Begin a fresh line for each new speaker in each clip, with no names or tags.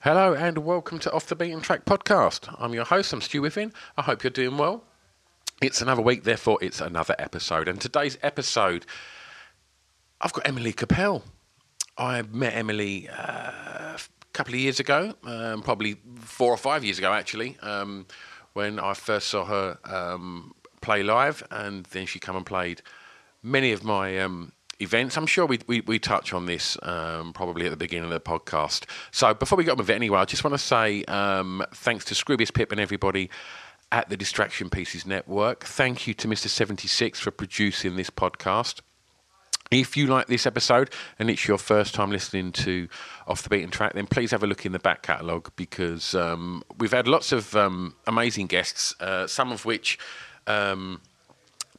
Hello and welcome to Off the Beaten Track podcast. I'm your host, I'm Stu Within. I hope you're doing well. It's another week, therefore, it's another episode. And today's episode, I've got Emily Capel. I met Emily uh, a couple of years ago, um, probably four or five years ago, actually, um, when I first saw her um, play live. And then she came and played many of my um, events. I'm sure we, we, we touch on this um, probably at the beginning of the podcast. So before we get on with it anyway, I just want to say um, thanks to Scroobius Pip and everybody at the Distraction Pieces Network. Thank you to Mr. 76 for producing this podcast. If you like this episode and it's your first time listening to Off the Beaten Track, then please have a look in the back catalogue because um, we've had lots of um, amazing guests, uh, some of which um,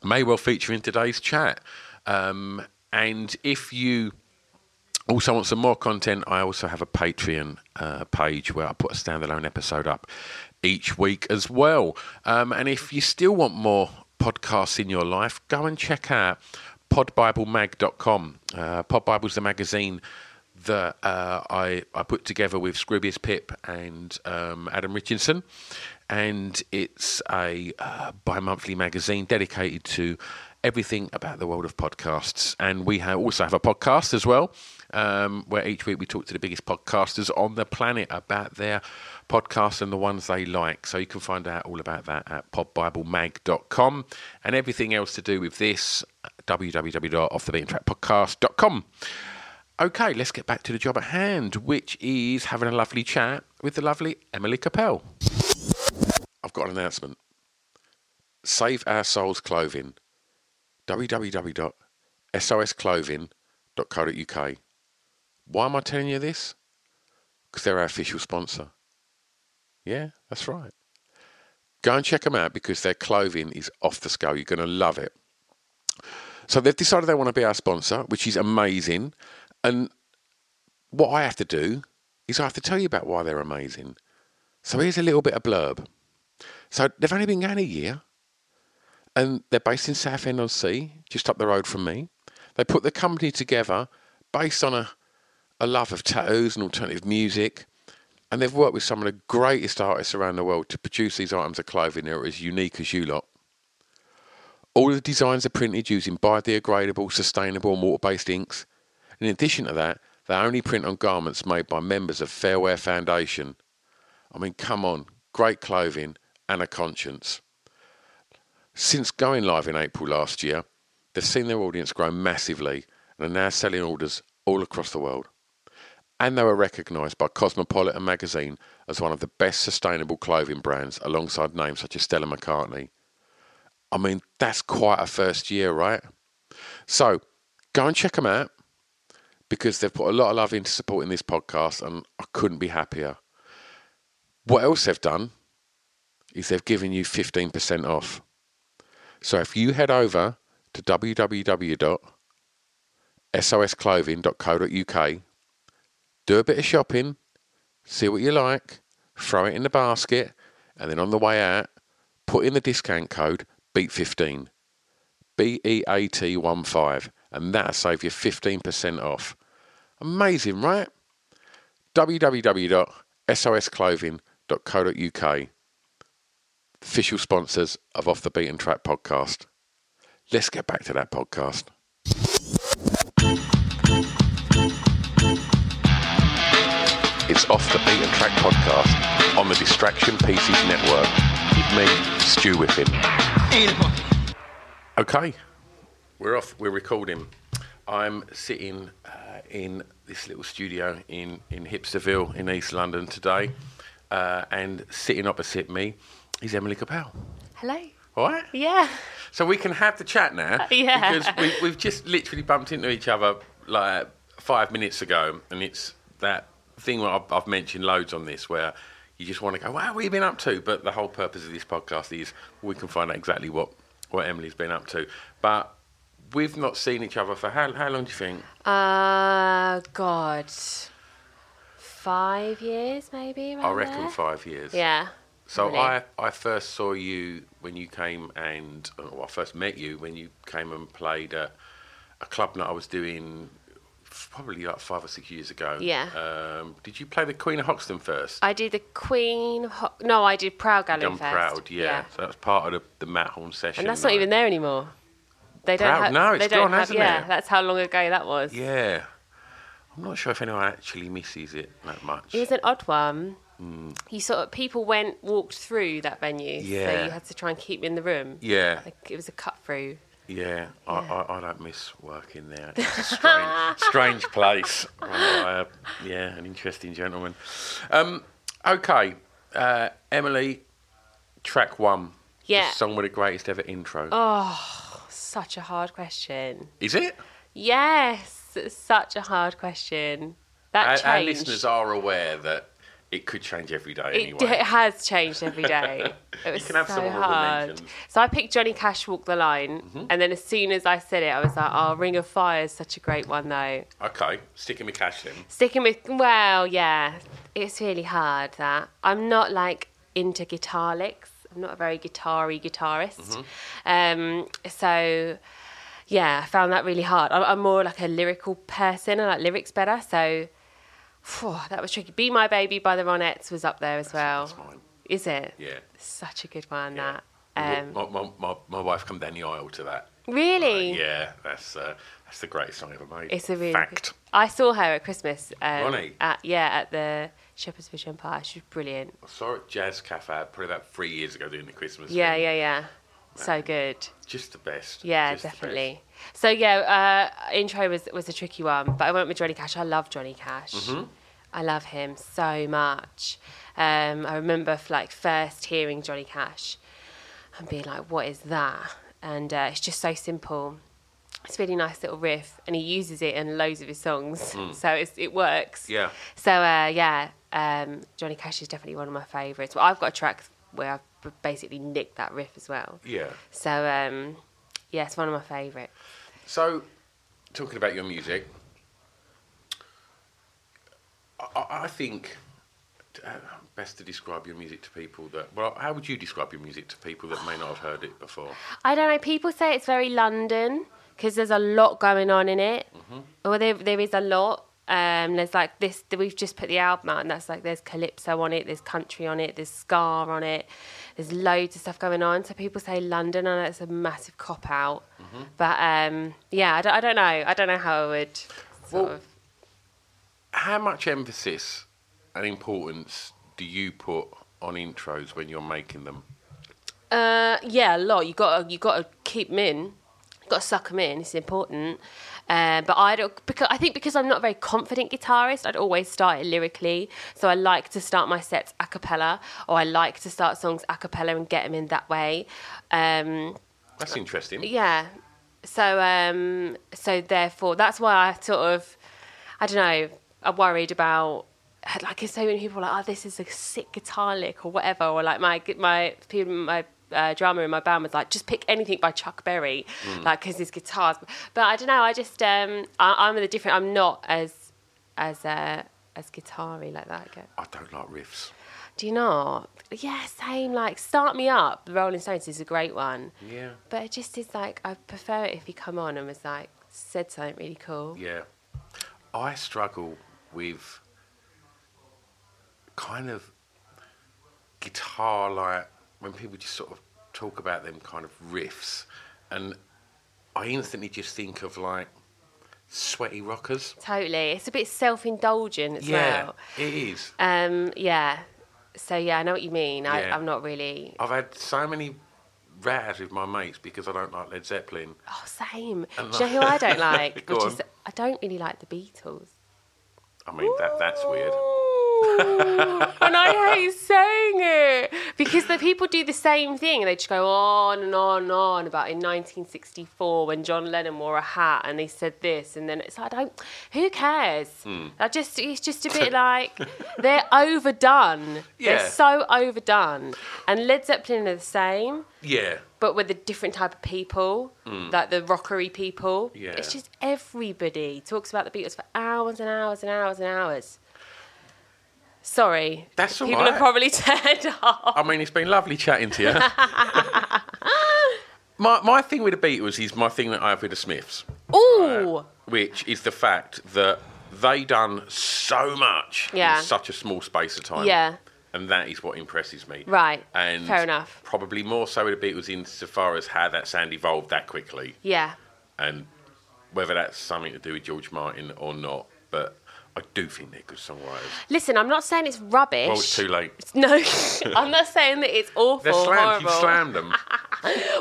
may well feature in today's chat. Um, and if you also want some more content, I also have a Patreon uh, page where I put a standalone episode up each week as well. Um, and if you still want more podcasts in your life, go and check out podbiblemag.com. Uh, Podbible's the magazine that uh, I, I put together with Scroobius Pip and um, Adam Richardson. And it's a uh, bi monthly magazine dedicated to everything about the world of podcasts. And we ha also have a podcast as well, um, where each week we talk to the biggest podcasters on the planet about their podcasts and the ones they like. So you can find out all about that at podbiblemag.com and everything else to do with this, uh, www.offthebeatentrackpodcast.com. Okay, let's get back to the job at hand, which is having a lovely chat with the lovely Emily Capel. I've got an announcement. Save Our Souls Clothing. www.sosclothing.co.uk. Why am I telling you this? Because they're our official sponsor. Yeah, that's right. Go and check them out because their clothing is off the scale. You're going to love it. So they've decided they want to be our sponsor, which is amazing. And what I have to do is I have to tell you about why they're amazing. So here's a little bit of blurb. So they've only been going a year, and they're based in Southend on Sea, just up the road from me. They put the company together based on a, a love of tattoos and alternative music, and they've worked with some of the greatest artists around the world to produce these items of clothing that are as unique as you lot. All the designs are printed using biodegradable, sustainable, and water based inks. In addition to that, they only print on garments made by members of Fairwear Foundation. I mean, come on, great clothing and a conscience. Since going live in April last year, they've seen their audience grow massively and are now selling orders all across the world. And they were recognised by Cosmopolitan magazine as one of the best sustainable clothing brands alongside names such as Stella McCartney. I mean, that's quite a first year, right? So go and check them out because they've put a lot of love into supporting this podcast and I couldn't be happier. What else they've done is they've given you 15% off. So if you head over to www.sosclothing.co.uk, do a bit of shopping, see what you like, throw it in the basket, and then on the way out, put in the discount code BEAT15, B E A T 1 5, and that'll save you 15% off. Amazing, right? www.sosclothing.co.uk official sponsors of Off the Beaten Track podcast. Let's get back to that podcast. Off the Beaten Track podcast on the Distraction Pieces Network with me, Stu Whiffin. Okay, we're off. We're recording. I'm sitting uh, in this little studio in, in Hipsterville in East London today, uh, and sitting opposite me is Emily Capel.
Hello.
All right?
Yeah.
So we can have the chat now.
yeah.
Because we, we've just literally bumped into each other like five minutes ago, and it's that thing where I've, I've mentioned loads on this where you just want to go, "Wow, what have you been up to?" But the whole purpose of this podcast is we can find out exactly what what Emily's been up to. But we've not seen each other for how how long do you think?
Uh, God. Five years, maybe?
I
around
reckon
there?
five years.
Yeah.
So
Really.
I I first saw you when you came and uh, well, I first met you when you came and played at a club night I was doing f- probably like five or six years ago.
Yeah.
Um, did you play the Queen of Hoxton first?
I did the Queen of Ho- No, I did Proud Galleon
Young
first.
Proud, yeah. So that was part of the, the Matt Horn session.
And that's not
night.
even there anymore. They don't
Proud?
have.
No,
they
it's
don't
gone,
have,
hasn't
Yeah,
it?
that's how long ago that was.
Yeah. I'm not sure if anyone actually misses it that much.
It was an odd one.
Hmm.
You sort of people went walked through that venue, so
Yeah.
you had to try and keep in the room.
Yeah.
Like, it was a cut through.
Yeah, I, I, I don't miss working there. It's a strange, strange place. I, uh, yeah, an interesting gentleman. Um, okay, uh, Emily, track one.
Yeah. Oh,
The song with the greatest ever intro.
Such a hard question.
Is it?
Yes, it's such a hard question. That
Our,
changed.
our listeners are aware that it could change every day
It,
anyway.
it has changed every day. It was
can have
so
some honourable
hard.
mentions. Mm-hmm.
So I picked Johnny Cash, Walk the Line, and then as soon as I said it, I was like, "Oh, Ring of Fire is such a great one, though."
okay, sticking with cash then.
Sticking with, well, yeah, it's really hard. That I'm not like into guitar licks. I'm not a very guitar-y guitarist.
Mm-hmm.
Um, so yeah, I found that really hard. I'm, I'm more like a lyrical person. I like lyrics better. So phew, that was tricky. "Be My Baby" by the Ronettes was up there as well.
that's mine.
Is it?
Yeah.
Such a good one.
Yeah.
That. Um,
my, my, my, my wife come down the aisle to that.
really.
Yeah, that's uh, that's the greatest song ever made.
It's a really
fact.
Good, I saw her at Christmas. Um,
Ronnie?
At, yeah, at the Shepherd's Bush Empire. She was brilliant.
saw it at Jazz Cafe probably about three years ago doing the Christmas.
Yeah,
thing.
yeah, yeah. So good.
Just the best.
Yeah,
Just the best.
definitely. So yeah, uh, intro was was a tricky one, but I went with Johnny Cash. I love Johnny Cash.
Mm-hmm.
I love him so much. Um, I remember f- like first hearing Johnny Cash and being like, "What is that?" And uh, it's just so simple. It's a really nice little riff, and he uses it in loads of his songs, so it's, it works.
Hmm. Yeah.
So uh, yeah, um, Johnny Cash is definitely one of my favourites. Well, I've got a track where I've b- basically nicked that riff as well.
Yeah.
So um, yeah, it's one of my favourites.
So, talking about your music, I- I, I think uh, best to describe your music to people that. Well, how would you describe your music to people that may not have heard it before?
I don't know. People say it's very London because there's a lot going on in it. Well, there there is a lot. Um, there's like this. We've just put the album out, and that's like there's calypso on it, there's country on it, there's scar on it. There's loads of stuff going on. So people say London, and that's a massive cop out. But um, yeah, I don't, I don't know. I don't know how I would. Sort
Well,
of.
How much emphasis and importance do you put on intros when you're making them?
Uh, yeah, a lot. You got to you got to keep 'em in. You got to suck 'em in. It's important. Uh, but I don't because I think because I'm not a very confident guitarist, I'd always start it lyrically. So I like to start my sets a cappella, or I like to start songs a cappella and get 'em in that way. Um,
That's interesting.
yeah. So um so therefore that's why I sort of I don't know, I'm worried about like there's so many people like, oh, this is a sick guitar lick or whatever, or like my my people my uh, drama in my band was like, just pick anything by Chuck Berry, like because his guitars. But I don't know, I just um I, I'm with a different. I'm not as as uh, as guitar-y like that. I guess.
I don't like riffs.
Do you not? Yeah, same. Like, start me up. The Rolling Stones is a great one.
Yeah.
But it just is like I prefer it if he come on and was like said something really cool.
Yeah. I struggle with kind of guitar like when people just sort of talk about them kind of riffs and I instantly just think of like sweaty rockers.
Totally. It's a bit self indulgent as
Yeah,
well.
it is.
Um, yeah. So yeah, I know what you mean. I,
Yeah.
I'm not really.
I've had so many rows with my mates because I don't like Led Zeppelin.
Oh, same. Do
And
you know who I don't like?
Go
Which
on.
is I don't really like the Beatles.
I mean, that that's weird.
Ooh, and I hate saying it because the people do the same thing. They just go on and on and on about in 1964 when John Lennon wore a hat and he said this, and then it's like, I don't. Who cares?
Hmm.
I just it's just a bit like they're overdone.
Yeah.
They're so overdone. And Led Zeppelin are the same,
Yeah,
but with a different type of people, like the rockery people.
Mm. Yeah.
It's just everybody talks about the Beatles for hours and hours and hours and hours. Sorry.
That's all
People
right.
have probably turned off.
I mean, it's been lovely chatting to you. my my thing with the Beatles is my thing that I have with the Smiths,
Ooh.
which is the fact that they done so much
Yeah.
in such a small space of time.
Yeah.
And that is what impresses me.
Right.
And
Fair enough.
Probably more so with the Beatles insofar as how that sound evolved that quickly.
yeah.
and whether that's something to do with George Martin or not, but I do think they're good songwriters.
Listen, I'm not saying it's rubbish.
Well, it's too late.
No, I'm not saying that it's awful,
They're slammed.
horrible.
You've slammed them.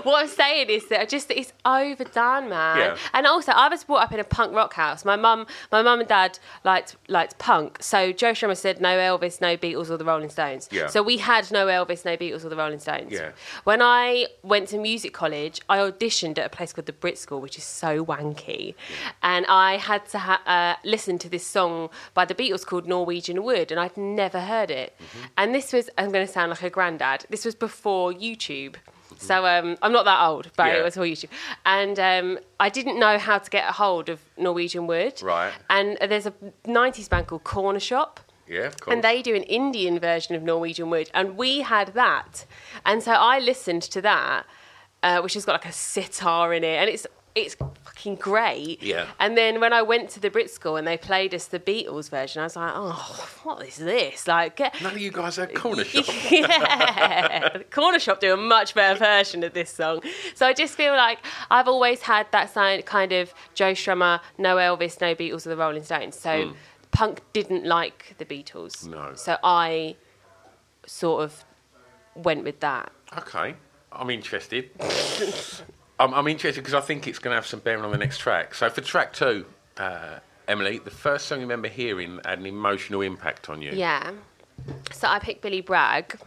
What I'm saying is that I just it's overdone, man.
Yeah.
And also, I was brought up in a punk rock house. My mum, my mum and dad liked liked punk. So Joe Strummer said, "No Elvis, no Beatles, or the Rolling Stones."
Yeah.
So we had no Elvis, no Beatles, or the Rolling Stones.
Yeah.
When I went to music college, I auditioned at a place called the Brit School, which is so wanky, and I had to ha- uh, listen to this song by the Beatles called "Norwegian Wood," and I'd never heard it.
Mm-hmm.
And this was I'm going to sound like a granddad. This was before YouTube. So um, I'm not that old, but
Mm-hmm. Yeah.
it was all YouTube. And um, I didn't know how to get a hold of Norwegian Wood.
Right.
And there's a 90s band called Corner Shop.
Yeah, of course.
And they do an Indian version of Norwegian Wood, and we had that. And so I listened to that, uh, which has got like a sitar in it, and it's it's fucking great.
Yeah.
And then when I went to the Brit School and they played us the Beatles version, I was like, oh, what is this? Like, get,
None of you guys are corner shop.
yeah, Corner Shop do a much better version of this song. So I just feel like I've always had that sign, kind of Joe Strummer, no Elvis, no Beatles or the Rolling Stones. So punk didn't like the Beatles.
No.
So I sort of went with that.
Okay, I'm interested. I'm, I'm interested because I think it's going to have some bearing on the next track. So for track two, uh, Emily, the first song you remember hearing had an emotional impact on you.
Yeah. So I picked Billy Bragg,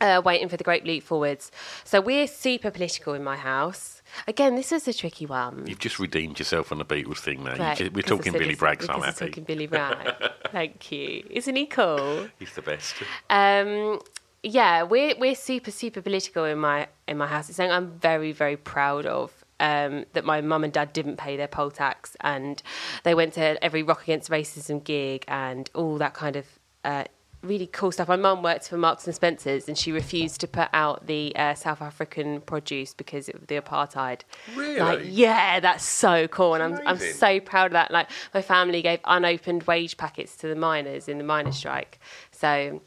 uh, Waiting for the Great Leap Forwards. So we're super political in my house. Again, this is a tricky one.
You've just redeemed yourself on the Beatles thing now. You
Right,
ju- we're
because I
talking
said
Billy
it's-
Bragg, so I'm
because
happy.
we're talking Billy Bragg. Thank you. Isn't he cool?
He's the best.
Um, yeah, we're we're super super political in my in my house. It's something I'm very very proud of. Um, that my mum and dad didn't pay their poll tax, and they went to every Rock Against Racism gig and all that kind of uh, really cool stuff. My mum worked for Marks and Spencers, and she refused to put out the uh, South African produce because of the apartheid.
Really?
Like, yeah, that's so cool, and I'm I'm
Amazing.
so proud of that. Like my family gave unopened wage packets to the miners in the miners' strike, so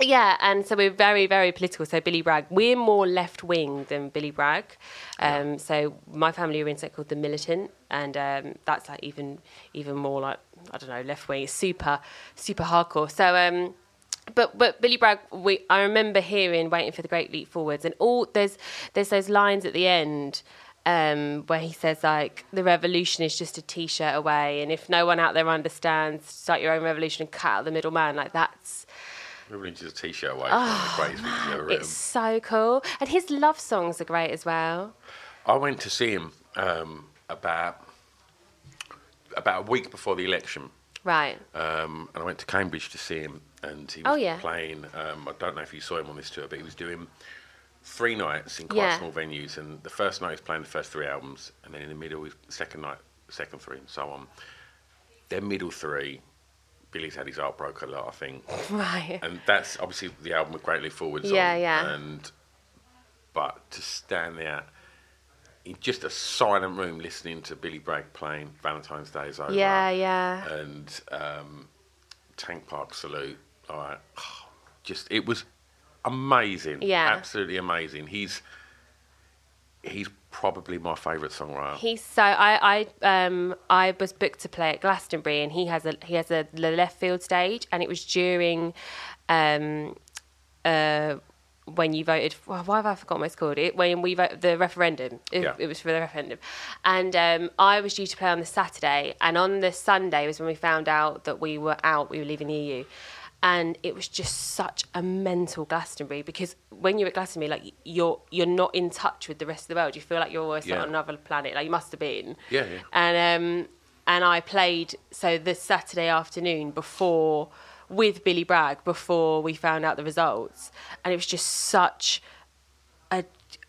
yeah, and so we're very, very political. So Billy Bragg, we're more left wing than Billy Bragg. Um, So my family are in something called the Militant, and um, that's like even even more like I don't know left wing. It's super, super hardcore. So. Um, but but Billy Bragg, we I remember hearing "Waiting for the Great Leap Forwards," and all there's there's those lines at the end um, where he says like the revolution is just a t-shirt away, and if no one out there understands, start your own revolution and cut out the middleman. Like that's
Everyone just a t-shirt away. Oh, the greatest things you've ever written.
Ah, It's so cool. And his love songs are great as well.
I went to see him um, about about a week before the election,
Right.
um, and I went to Cambridge to see him, and he was
Oh, yeah.
playing. Um, I don't know if you saw him on this tour, but he was doing three nights in quite
Yeah.
small venues, and the first night he was playing the first three albums, and then in the middle, his second night, second three, and so on. Their middle three, Billy's had his heart broke a lot, I think,
Right.
and that's obviously the album with Greatly Forwards
Yeah,
on.
yeah.
And but to stand there in just a silent room listening to Billy Bragg playing Valentine's Day is over.
yeah, yeah.
And um, Tank Park Salute. All right. Just it was amazing.
Yeah.
Absolutely amazing. He's he's probably my favourite songwriter.
He's so I I um I was booked to play at Glastonbury and he has a he has a the left field stage and it was during um uh when you voted well, why have I forgotten what it's called it when we vote the referendum it,
Yeah.
it was for the referendum and um I was due to play on the Saturday and on the Sunday was when we found out that we were out we were leaving the EU and it was just such a mental Glastonbury because when you're at Glastonbury like you're you're not in touch with the rest of the world you feel like you're always
Yeah.
on another another planet. Like you must have been.
Yeah, yeah.
And um, and I played so this Saturday afternoon before with Billy Bragg before we found out the results, and it was just such a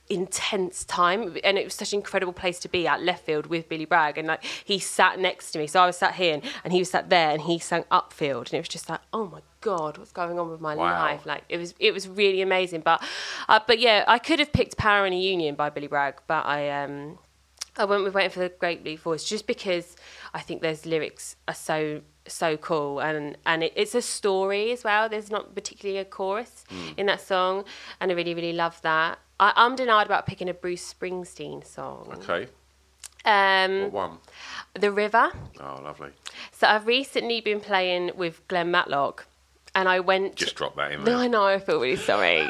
intense time and it was such an incredible place to be at left field with Billy Bragg and like he sat next to me so I was sat here and, and he was sat there and he sang upfield and it was just like oh my god what's going on with my
Wow.
life like it was it was really amazing but uh, but yeah I could have picked Power in a Union by Billy Bragg but I um I went with Waiting for the Great Blue Voice just because I think those lyrics are so so cool and and it, it's a story as well. There's not particularly a chorus in that song, and I really really love that. I, I'm denied about picking a Bruce Springsteen song.
Okay, what
Um,
one?
the River.
Oh, lovely.
So I've recently been playing with Glenn Matlock, and I went.
Just drop that in there.
No, I know. I feel really sorry.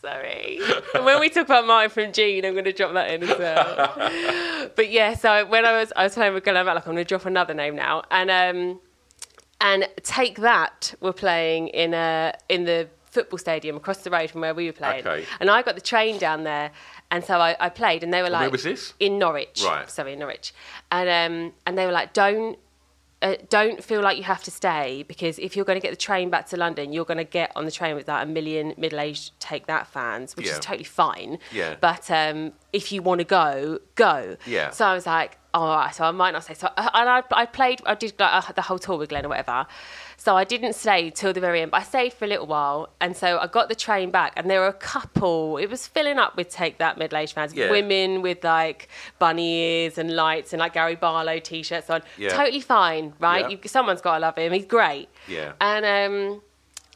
sorry. And when we talk about Martin from Gene, I'm going to drop that in as well. but yeah, so when I was I was playing with Glenn Matlock, I'm going to drop another name now, and um, and take that were playing in a in the football stadium across the road from where we were playing,
Okay.
and I got the train down there. And so I, I played, and they were like,
was this?
In Norwich,
Right.
Sorry, Norwich, and um, and they were like, "Don't uh, don't feel like you have to stay because if you're going to get the train back to London, you're going to get on the train with like a million middle-aged Take That fans, which
Yeah.
is totally fine.
Yeah.
But um, if you want to go, go.
Yeah.
So I was like, all right. So I might not stay. So I, and I, I played. I did like, uh, the whole tour with Glenn or whatever. So I didn't stay till the very end. But I stayed for a little while, and so I got the train back, and there were a couple. It was filling up with Take That middle-aged fans,
Yeah.
women with like bunny ears and lights and like Gary Barlow t-shirts on.
Yeah.
Totally fine, right?
Yeah.
You, someone's got to love him. He's great.
Yeah.
And um,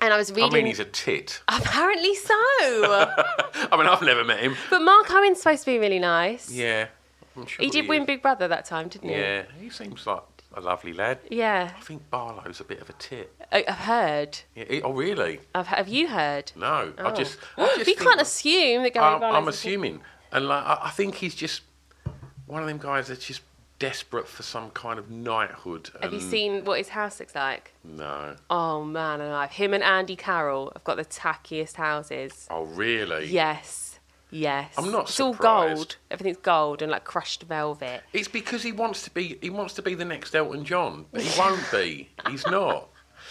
and I was
I
reading.
mean, he's a tit.
apparently so.
I mean, I've never met him.
but Mark Owen's supposed to be really nice.
Yeah, I'm sure
He did
is.
win Big Brother that time, didn't he?
Yeah, he seems like a lovely lad.
Yeah.
I think Barlow's a bit of a tit.
I- I've heard.
Yeah, he- oh, really?
I've, have you heard?
No, I
Oh.
just. I just
you
think-
can't assume that Gary
I'm,
Barlow's
Um, I'm
a-
assuming, and like, I, I think he's just one of them guys that's just desperate for some kind of knighthood.
Have you
and-
seen what his house looks like?
No.
Oh man, alive! Him and Andy Carroll have got the tackiest houses.
Oh, really?
Yes, yes.
I'm not
It's all
surprised.
gold. Everything's gold and like crushed velvet.
It's because he wants to be. He wants to be the next Elton John, but he won't be. He's not.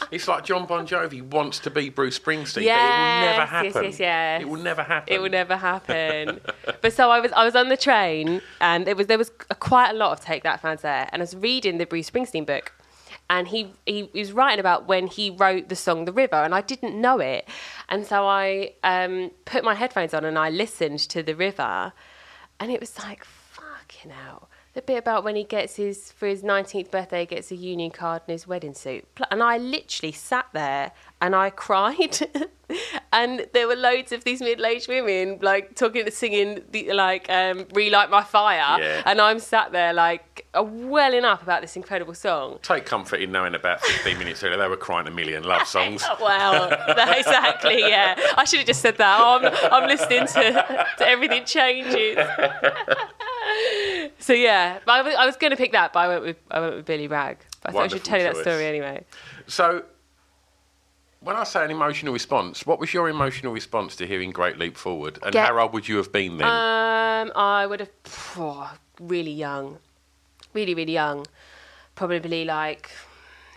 It's like John Bon Jovi wants to be Bruce Springsteen, but it will never
Yes,
happen.
yes, yes, yes.
It will never happen.
It will never happen. but so I was I was on the train and it was there was a, quite a lot of Take That fans there, and I was reading the Bruce Springsteen book, and he, he he was writing about when he wrote the song The River, and I didn't know it, and so I um, put my headphones on and I listened to The River, and it was like fucking hell. The bit about when he gets his for his nineteenth birthday, he gets a union card and his wedding suit, Pl- and I literally sat there and I cried, and there were loads of these middle-aged women like talking, singing the, like um, "Relight My Fire,"
Yeah.
and I'm sat there like uh, welling up about this incredible song.
Take comfort in knowing about 15 minutes earlier they were crying a million love songs.
Oh, Wow, that- exactly. Yeah, I should have just said that. Oh, I'm, I'm listening to, to everything changes. so yeah, but I was, I was going to pick that, but I went with I went with Billy Bragg. But I thought I should
Wonderful
tell you that
choice.
story anyway.
So, when I say an emotional response, what was your emotional response to hearing Great Leap Forward? And
Get-
how old would you have been then?
Um, I would have oh, really young, really really young, probably like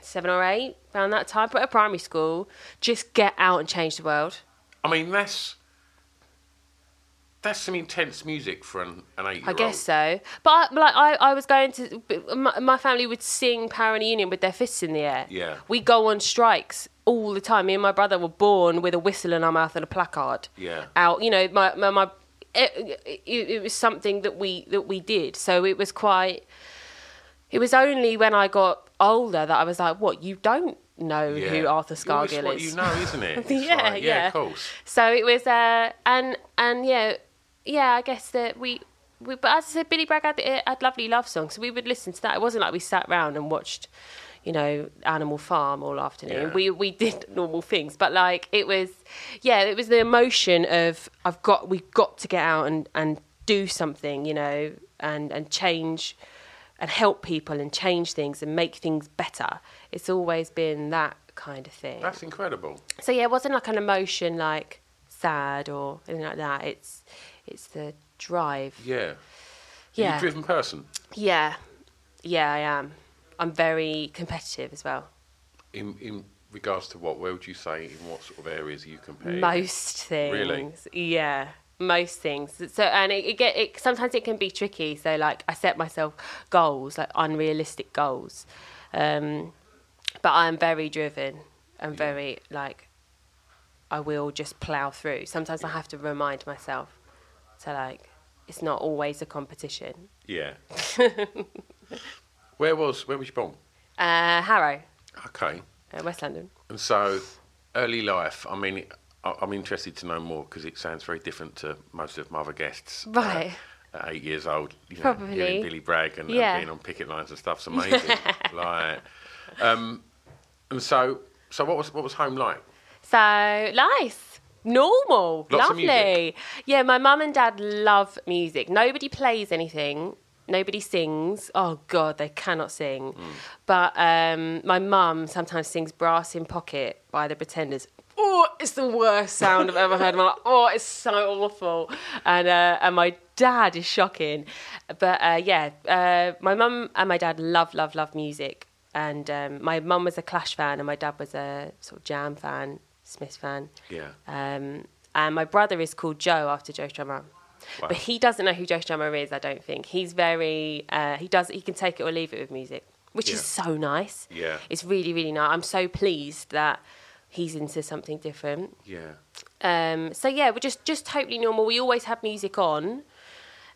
seven or eight around that time, but at primary school, just get out and change the world.
I mean, that's that's some intense music for an, an eight year
I
old.
guess so. But I, like I, I was going to. but My, my family would sing Power in the Union with their fists in the air.
Yeah.
We go on strikes all the time. Me and my brother were born with a whistle in our mouth and a placard.
Yeah.
Out, you know, my my. my it, it, it was something that we that we did. So it was quite. It was only when I got older that I was like, "What? You don't know who Arthur
Well, it's
Scargill
what
is?"
you know, isn't it? It's
yeah,
like,
yeah,
of course.
So it was, uh, and and yeah, yeah, I guess that we. We, but as I said, Billy Bragg had, eh, had lovely love songs, so we would listen to that. It wasn't like we sat round and watched, you know, Animal Farm all afternoon.
Yeah.
We we did normal things, but like it was, yeah, it was the emotion of I've got we got to get out and and do something, you know, and and change, and help people and change things and make things better. It's always been that kind of thing.
That's incredible.
So yeah, it wasn't like an emotion like sad or anything like that. It's it's the drive.
Yeah. You're
Yeah.
a driven person.
Yeah. Yeah, I am. I'm very competitive as well.
In, in regards to what, where would you say, in what sort of areas are you compare?
Most things.
Really?
Yeah. Most things. So and it, it get it sometimes it can be tricky. So like I set myself goals, like unrealistic goals. Um but I'm very driven. I'm very like I will just plow through. Sometimes I have to remind myself to like it's not always a competition.
Yeah. where was, where was you born?
Uh Harrow,
Okay.
uh, West London.
And so, early life. I mean, I- I'm interested to know more because it sounds very different to most of my other guests.
Right.
Uh, at eight years old, you know, hearing
Probably.
Billy Bragg and, and
Yeah.
being on picket lines and stuff's amazing. like, um, and so, so what was what was home like?
So nice. Normal.
Lots of
Lovely.
music.
Yeah, my mum and dad love music. Nobody plays anything. Nobody sings. Oh God, they cannot sing. But um, my mum sometimes sings "Brass in Pocket" by the Pretenders. Oh, it's the worst sound I've ever heard. I'm like, oh, it's so awful. And uh, and my dad is shocking. But uh, yeah, uh, my mum and my dad love love love music. And um, my mum was a Clash fan, and my dad was a sort of Jam fan, Smith fan.
Yeah.
Um, and my brother is called Joe after Joe Strummer.
Wow.
But he doesn't know who Joe Strummer is, I don't think. He's very, uh, he does, he can take it or leave it with music, which is
Yeah.
so nice.
Yeah.
It's really, really nice. I'm so pleased that he's into something different.
Yeah.
Um, so yeah, we're just, just totally normal. We always have music on.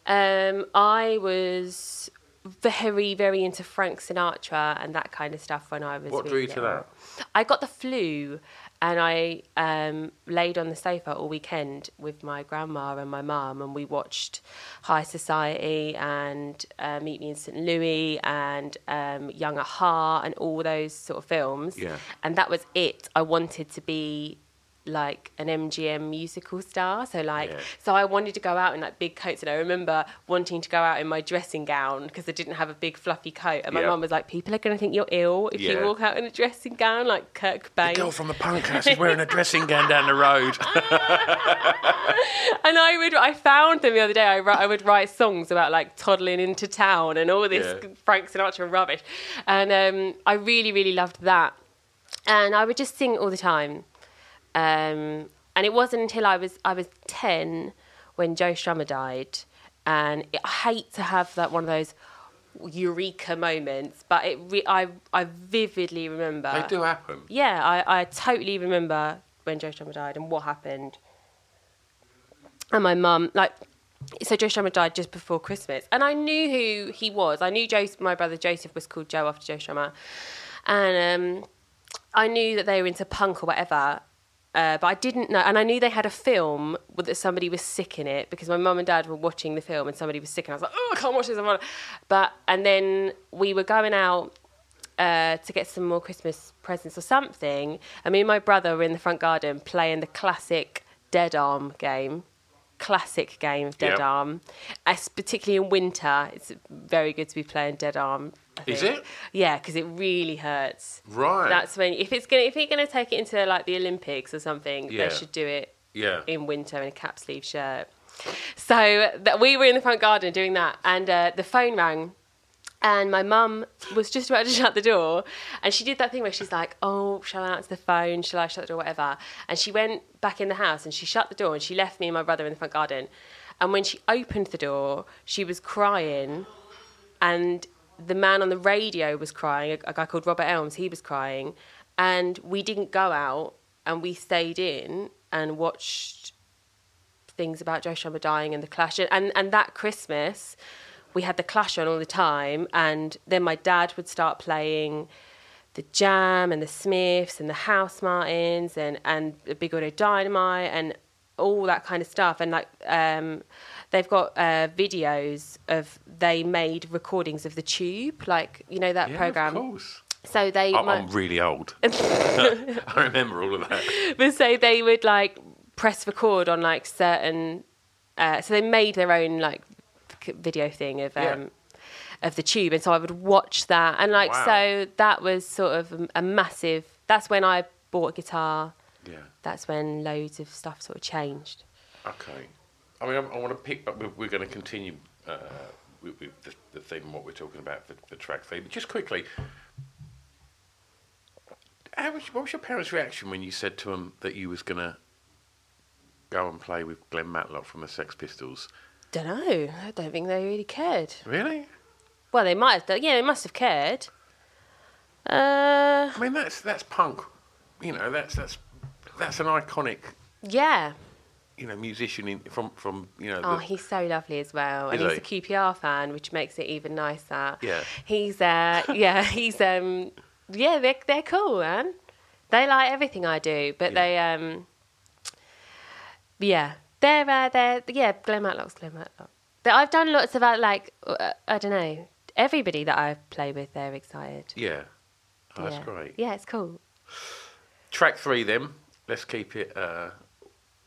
Um, I was very, very into Frank Sinatra and that kind of stuff when I was
What drew
really
you to
little.
that?
I got the flu and I um, laid on the sofa all weekend with my grandma and my mum, and we watched High Society and uh, Meet Me in St. Louis and um, Young at Heart and all those sort of films.
Yeah.
And that was it. I wanted to be like an MGM musical star. So, like,
Yeah.
so I wanted to go out in like big coats, and I remember wanting to go out in my dressing gown because I didn't have a big fluffy coat. And my
Yeah.
mum was like, "People are going to think you're ill if
Yeah.
you walk out in a dressing gown like Kirk Bain."
Girl from the punk house is wearing a dressing gown down the road.
and I would, I found them the other day. I, wri- I would write songs about like toddling into town and all this
Yeah.
Frank Sinatra rubbish, and um, I really, really loved that. And I would just sing all the time. Um, and it wasn't until I was I was ten when Joe Strummer died, and it, I hate to have that one of those eureka moments, but it re- I I vividly remember.
they do happen.
Yeah, I, I totally remember when Joe Strummer died and what happened. And my mum, like, so Joe Strummer died just before Christmas. And I knew who he was. I knew Joseph, my brother Joseph was called Joe after Joe Strummer. And um, I knew that they were into punk or whatever. Uh, but I didn't know, and I knew they had a film with- that somebody was sick in it because my mum and dad were watching the film and somebody was sick, and I was like, "Oh, I can't watch this." I'm on. But and then we were going out uh, to get some more Christmas presents or something. And me and my brother were in the front garden playing the classic dead arm game. Classic game of dead
Yep.
arm, As particularly in winter. It's very good to be playing dead arm. I
Is
think.
it?
Yeah, because it really hurts.
Right.
That's when if it's gonna if you're gonna take it into like the Olympics or something,
Yeah.
they should do it
Yeah.
in winter in a cap sleeve shirt. So that we were in the front garden doing that, and uh, the phone rang, and my mum was just about to shut the door, and she did that thing where she's like, "Oh, shall I answer the phone? Shall I shut the door? Whatever." And she went back in the house and she shut the door and she left me and my brother in the front garden. And when she opened the door, she was crying and the man on the radio was crying, a, a guy called Robert Elms, he was crying, and we didn't go out and we stayed in and watched things about Joe Strummer dying and the Clash. And, and that Christmas, we had the Clash on all the time, and then my dad would start playing the Jam and the Smiths and the House Martins and and the Big Audio Dynamite and all that kind of stuff. And like um, they've got uh, videos of they made recordings of the tube, like you know that
Yeah,
program.
Of course.
So they
I-
might-
I'm really old. I remember all of that.
but so they would like press record on like certain uh, so they made their own like c- video thing of um
Yeah.
of the tube and so i would watch that and like
Wow.
so that was sort of a- a massive that's when i bought a guitar
Yeah.
that's when loads of stuff sort of changed
Okay. I mean, I, I want to pick up. We're, we're going to continue uh, with, with the, the theme and what we're talking about for the track theme. Just quickly, how was, what was your parents' reaction when you said to them that you was going to go and play with Glenn Matlock from the Sex Pistols?
don't know i don't think they really cared
Really?
well they might have done yeah they must have cared uh
I mean, that's that's punk. You know, that's that's that's an iconic
yeah
you know musician in, from from you know.
Oh,
the,
he's so lovely as well, and
Is
he's a
he?
QPR fan, which makes it even nicer.
Yeah.
he's uh, yeah, he's um, yeah, they're they're cool, man. They like everything I do, but they um, yeah, they're uh, they're yeah, Glenn Matlock's Glenn Matlock. But I've done lots of uh, like uh, I don't know, everybody that I play with, they're excited.
yeah. Oh, that's
yeah.
great.
Yeah, it's cool.
Track three, then. Let's keep it uh,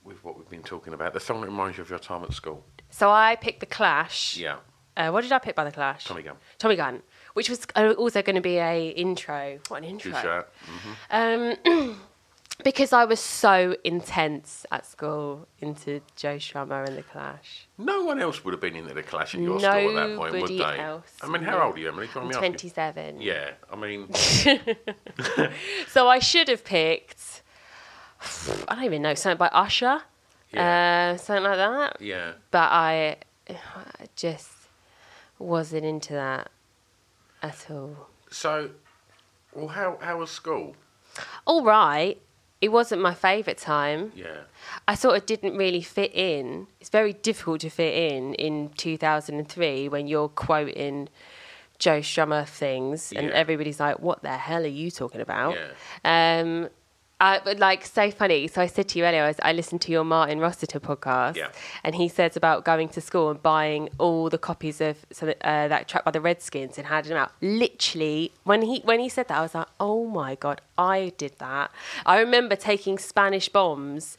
with what we've been talking about. The song that reminds you of your time at school.
So I picked the Clash.
Yeah.
Uh, what did I pick by the Clash?
Tommy Gunn.
Tommy Gun, which was uh, also going to be a intro. What an intro! Um,
T-shirt.
Because I was so intense at school into Joe Strummer and The Clash.
No one else would have been into the clash at your school at that point, would
Nobody
they?
else,
I mean, how
no.
old are you, Emily? Do you
I'm
want me asking?
27.
Yeah, I mean,
So I should have picked, I don't even know, something by Usher,
yeah,
uh, something like that.
yeah.
But I, I just wasn't into that at all.
So, well, how how was school?
All right, it wasn't my favourite time.
Yeah,
I sort of didn't really fit in. It's very difficult to fit in in 2003 when you're quoting Joe Strummer things and
Yeah.
everybody's like, "What the hell are you talking about?"
Yeah.
Um, I, but like so funny. So I said to you earlier, I, was- I listened to your Martin Rossiter podcast,
Yeah.
and he says about going to school and buying all the copies of so that, uh, that track by the Redskins and handing them out. Literally, when he when he said that, I was like, oh my god, I did that. I remember taking Spanish Bombs,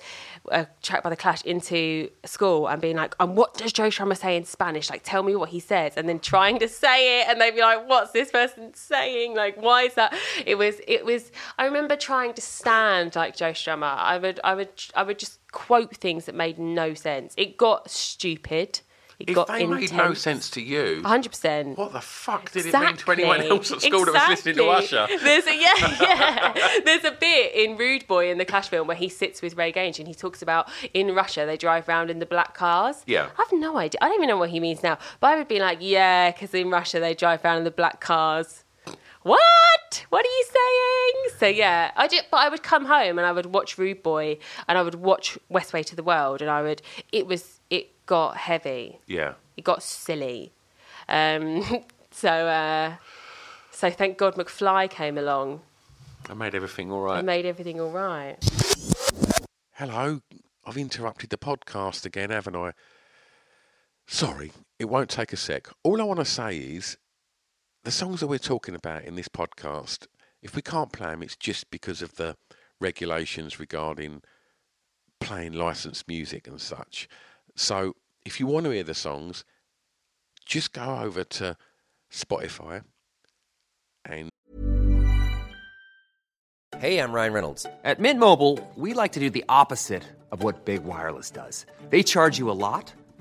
a track by the Clash, into school and being like, and what does Joe Strummer say in Spanish? Like, tell me what he says, and then trying to say it, and they'd be like, what's this person saying? Like, why is that? It was it was. I remember trying to stand like Joe Strummer. I would I would I would just quote things that made no sense. It got stupid. It
if
got
they
intense.
made no sense to you,
100%.
what the fuck did it mean to anyone
Exactly.
else at school that was listening to
Exactly.
Usher?
There's a, yeah, yeah. There's a bit in Rude Boy in the Clash film where he sits with Ray Gage and he talks about in Russia they drive round in the black cars.
Yeah.
I have no idea. I don't even know what he means now. But I would be like, yeah, because in Russia they drive round in the black cars. What? What are you saying? So yeah, I did. But I would come home and I would watch Rude Boy and I would watch West Way to the World and I would. It was. It got heavy
Yeah.
it got silly. Um, so uh, so thank God McFly came along
I made everything all right.
and made everything all right.
Hello, I've interrupted the podcast again, haven't I? Sorry, it won't take a sec. All I want to say is the songs that we're talking about in this podcast, if we can't play them, it's just because of the regulations regarding playing licensed music and such. So if you want to hear the songs, just go over to Spotify and
Hey, I'm Ryan Reynolds. At Mint Mobile, we like to do the opposite of what Big Wireless does. They charge you a lot,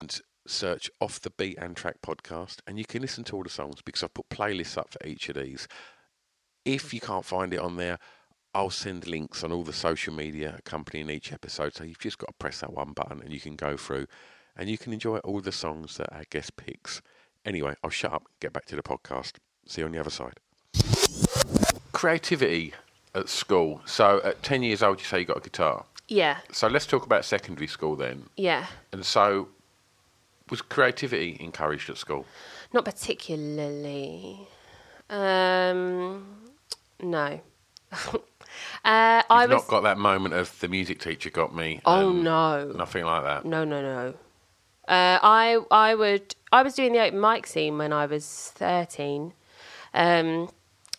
and search off the beat and track podcast and you can listen to all the songs because I've put playlists up for each of these. If you can't find it on there, I'll send links on all the social media accompanying each episode. So you've just got to press that one button and you can go through and you can enjoy all the songs that our guest picks. Anyway, I'll shut up, get back to the podcast. See you on the other side. Creativity at school. So at 10 years old, you say you got a guitar.
Yeah,
So let's talk about secondary school then.
yeah.
And so, was creativity encouraged at school?
Not particularly. Um, no. uh, I
I've
was.
not got um, that moment of the music teacher got me.
oh
and
no.
Nothing like that.
No, no, no. Uh, I I would I was doing the open mic scene when I was thirteen, um,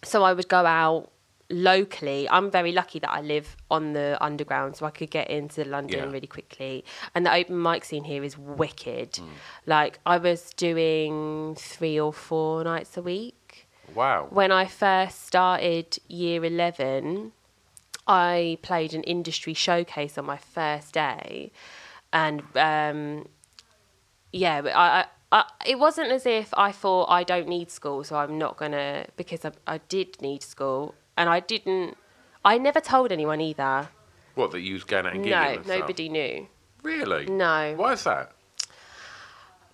so I would go out locally. I'm very lucky that I live on the underground, so I could get into London
Yeah.
really quickly. And the open mic scene here is wicked.
Mm.
Like I was doing three or four nights a week
Wow.
when I first started year 11, I played an industry showcase on my first day. And um, yeah, but I, I, I, it wasn't as if I thought I don't need school, so I'm not going to, because I, I did need school. And I didn't, I never told anyone either.
what that you was going out and gigging?
No,
and stuff?
nobody knew.
Really?
No.
Why is that?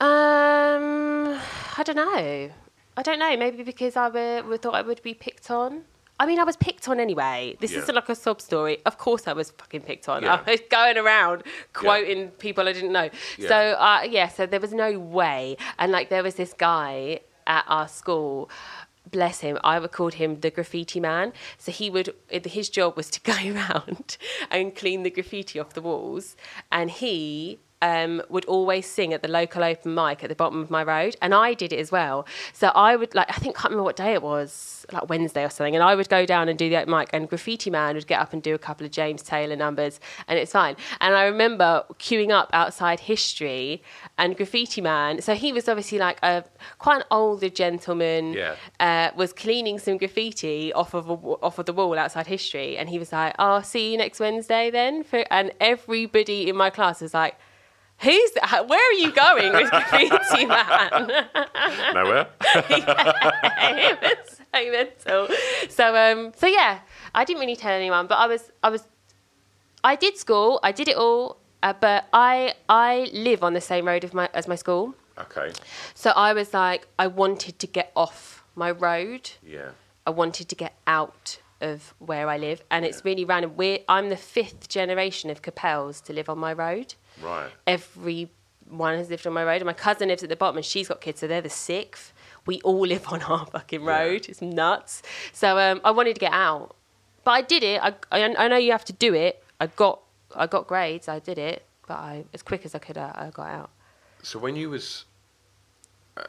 Um, I don't know. I don't know. Maybe because I were, were thought I would be picked on. I mean, I was picked on anyway. This
Yeah.
isn't like a sob story. Of course, I was fucking picked on.
Yeah.
I was going around quoting people I didn't know. So, uh, yeah, so there was no way. And like, there was this guy at our school. Bless him. I would called him the graffiti man. So he would. His job was to go around and clean the graffiti off the walls. And he um, would always sing at the local open mic at the bottom of my road, and I did it as well. So I would like I think can't remember what day it was, like Wednesday or something, and I would go down and do the open mic, and Graffiti Man would get up and do a couple of James Taylor numbers, and it's fine. And I remember queuing up outside history, and Graffiti Man. So he was obviously like a quite an older gentleman
Yeah.
uh, was cleaning some graffiti off of a, wa- off of the wall outside history, and he was like, "I'll see you next Wednesday then." For, and everybody in my class was like, "Who's that? Where are you going with graffiti man?"
Nowhere.
it was so mental. So um, so yeah, I didn't really tell anyone, but I was I was I did school, I did it all, uh, but I I live on the same road of my, as my school,
okay.
so I was like, I wanted to get off my road.
Yeah.
I wanted to get out of where I live, and it's really random. We're, I'm the fifth generation of Capels to live on my road.
Right.
Everyone has lived on my road, and my cousin lives at the bottom, and she's got kids, so they're the sixth. We all live on our fucking road. It's nuts. So um, I wanted to get out, but I did it. I, I, I know you have to do it. I got I got grades. I did it, but I as quick as I could, I, I got out.
So when you was uh,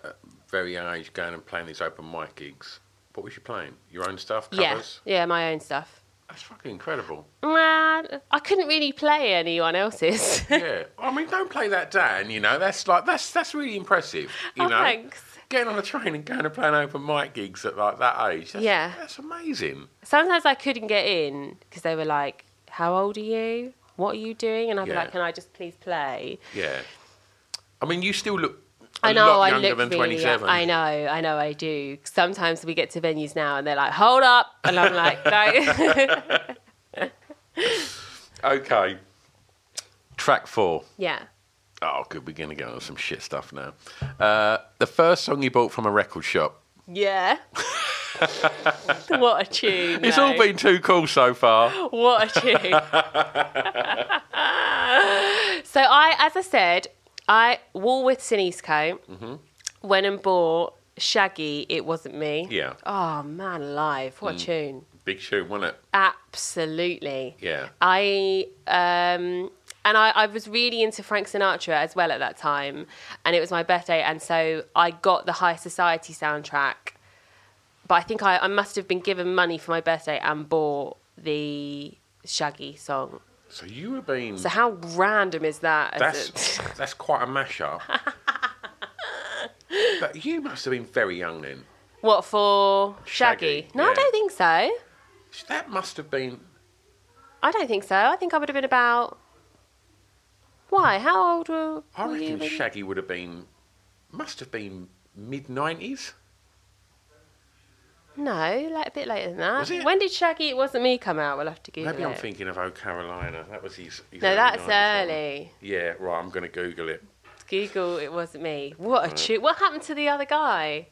very young age, going and playing these open mic gigs, what was you playing? Your own stuff, covers.
Yeah, yeah, my own stuff.
That's fucking incredible.
Man, I couldn't really play anyone else's.
Yeah. I mean, don't play that down. You know, that's like that's that's really impressive. You
Oh,
know.
thanks.
Getting on a train and going to play an open mic gigs at like that age. That's,
Yeah.
That's amazing.
sometimes I couldn't get in because they were like, "How old are you? What are you doing?" And I'd be
Yeah.
like, "Can I just please play?"
Yeah. I mean, you still look a
I know
lot
I
younger
look
than
really.
27.
I know, I know, I do. Sometimes we get to venues now and they're like, "Hold up," and I'm like, "No."
Okay. Track four.
yeah,
Oh, good. We're going to get on some shit stuff now. Uh, the first song you bought from a record shop.
yeah. what a tune!
It's
though.
all been too cool so far.
What a tune. so I, as I said, I Woolworths in Eastcote
Mm-hmm.
went and bought Shaggy. It wasn't me.
Yeah. Mm.
Oh man, alive! What a tune!
Big tune, wasn't it?
Absolutely.
Yeah.
I um and I, I was really into Frank Sinatra as well at that time, and it was my birthday, and so I got the High Society soundtrack. But I think I, I must have been given money for my birthday and bought the Shaggy song.
So you were being.
So how random is that? as
that's
a-
that's quite a mashup. but you must have been very young then.
what for Shaggy?
Shaggy,
No, I
yeah.
don't think so. I
That must have been.
don't think so. I think I would have been about. Why? How old were,
I
were you?
reckon
when-
Shaggy would have been. Must have been mid nineties.
No, like a bit later than that.
Was it?
When did Shaggy It Wasn't Me come out? We'll have to Google
Maybe
it.
I'm thinking of Oh Carolina. That was his. his
no,
early
that's
90s, wasn't it?
early.
Yeah, right. I'm going to Google it.
Google It Wasn't Me. What a tune. What happened to the other guy?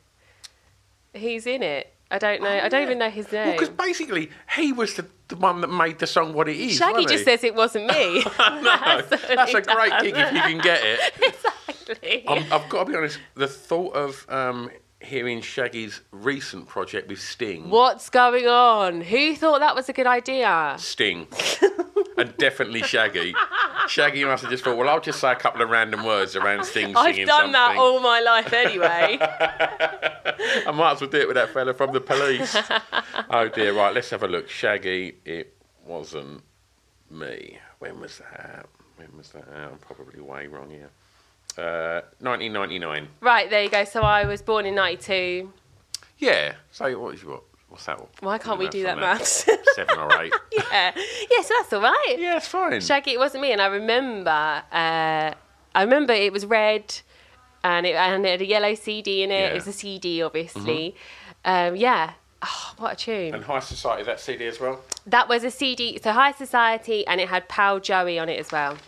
He's in it. I don't know. I don't even know his
Well,
name.
because basically he was the, the one that made the song what it is.
Shaggy
wasn't
just
he?
says it wasn't me.
No, that's a great gig if you can get it.
exactly.
I'm, I've got to be honest. The thought of um, hearing Shaggy's recent project with Sting,
What's going on? Who thought that was a good idea?
Sting, and definitely Shaggy. Shaggy must have just thought, well, I'll just say a couple of random words around Sting
I've
singing
done
something.
that all my life anyway.
I might as well do it with that fella from the police. oh dear, right. Let's have a look. Shaggy, it wasn't me. When was that? When was that? I'm probably way wrong here. Uh, 1999.
right, there you go. So I was born in 92.
Yeah. So what is what? What's that?
Why can't we do that
from there?
maths?
Seven or eight.
yeah. yeah, so that's all right.
Yeah, it's fine.
Shaggy, it wasn't me. And I remember, uh, I remember it was red, and it and it had a yellow CD in it.
Yeah. Mm-hmm.
It was a CD, obviously. Um, yeah. Oh, what a tune.
and High Society, that CD as well.
that was a CD. So High Society, and it had Pal Joey on it as well.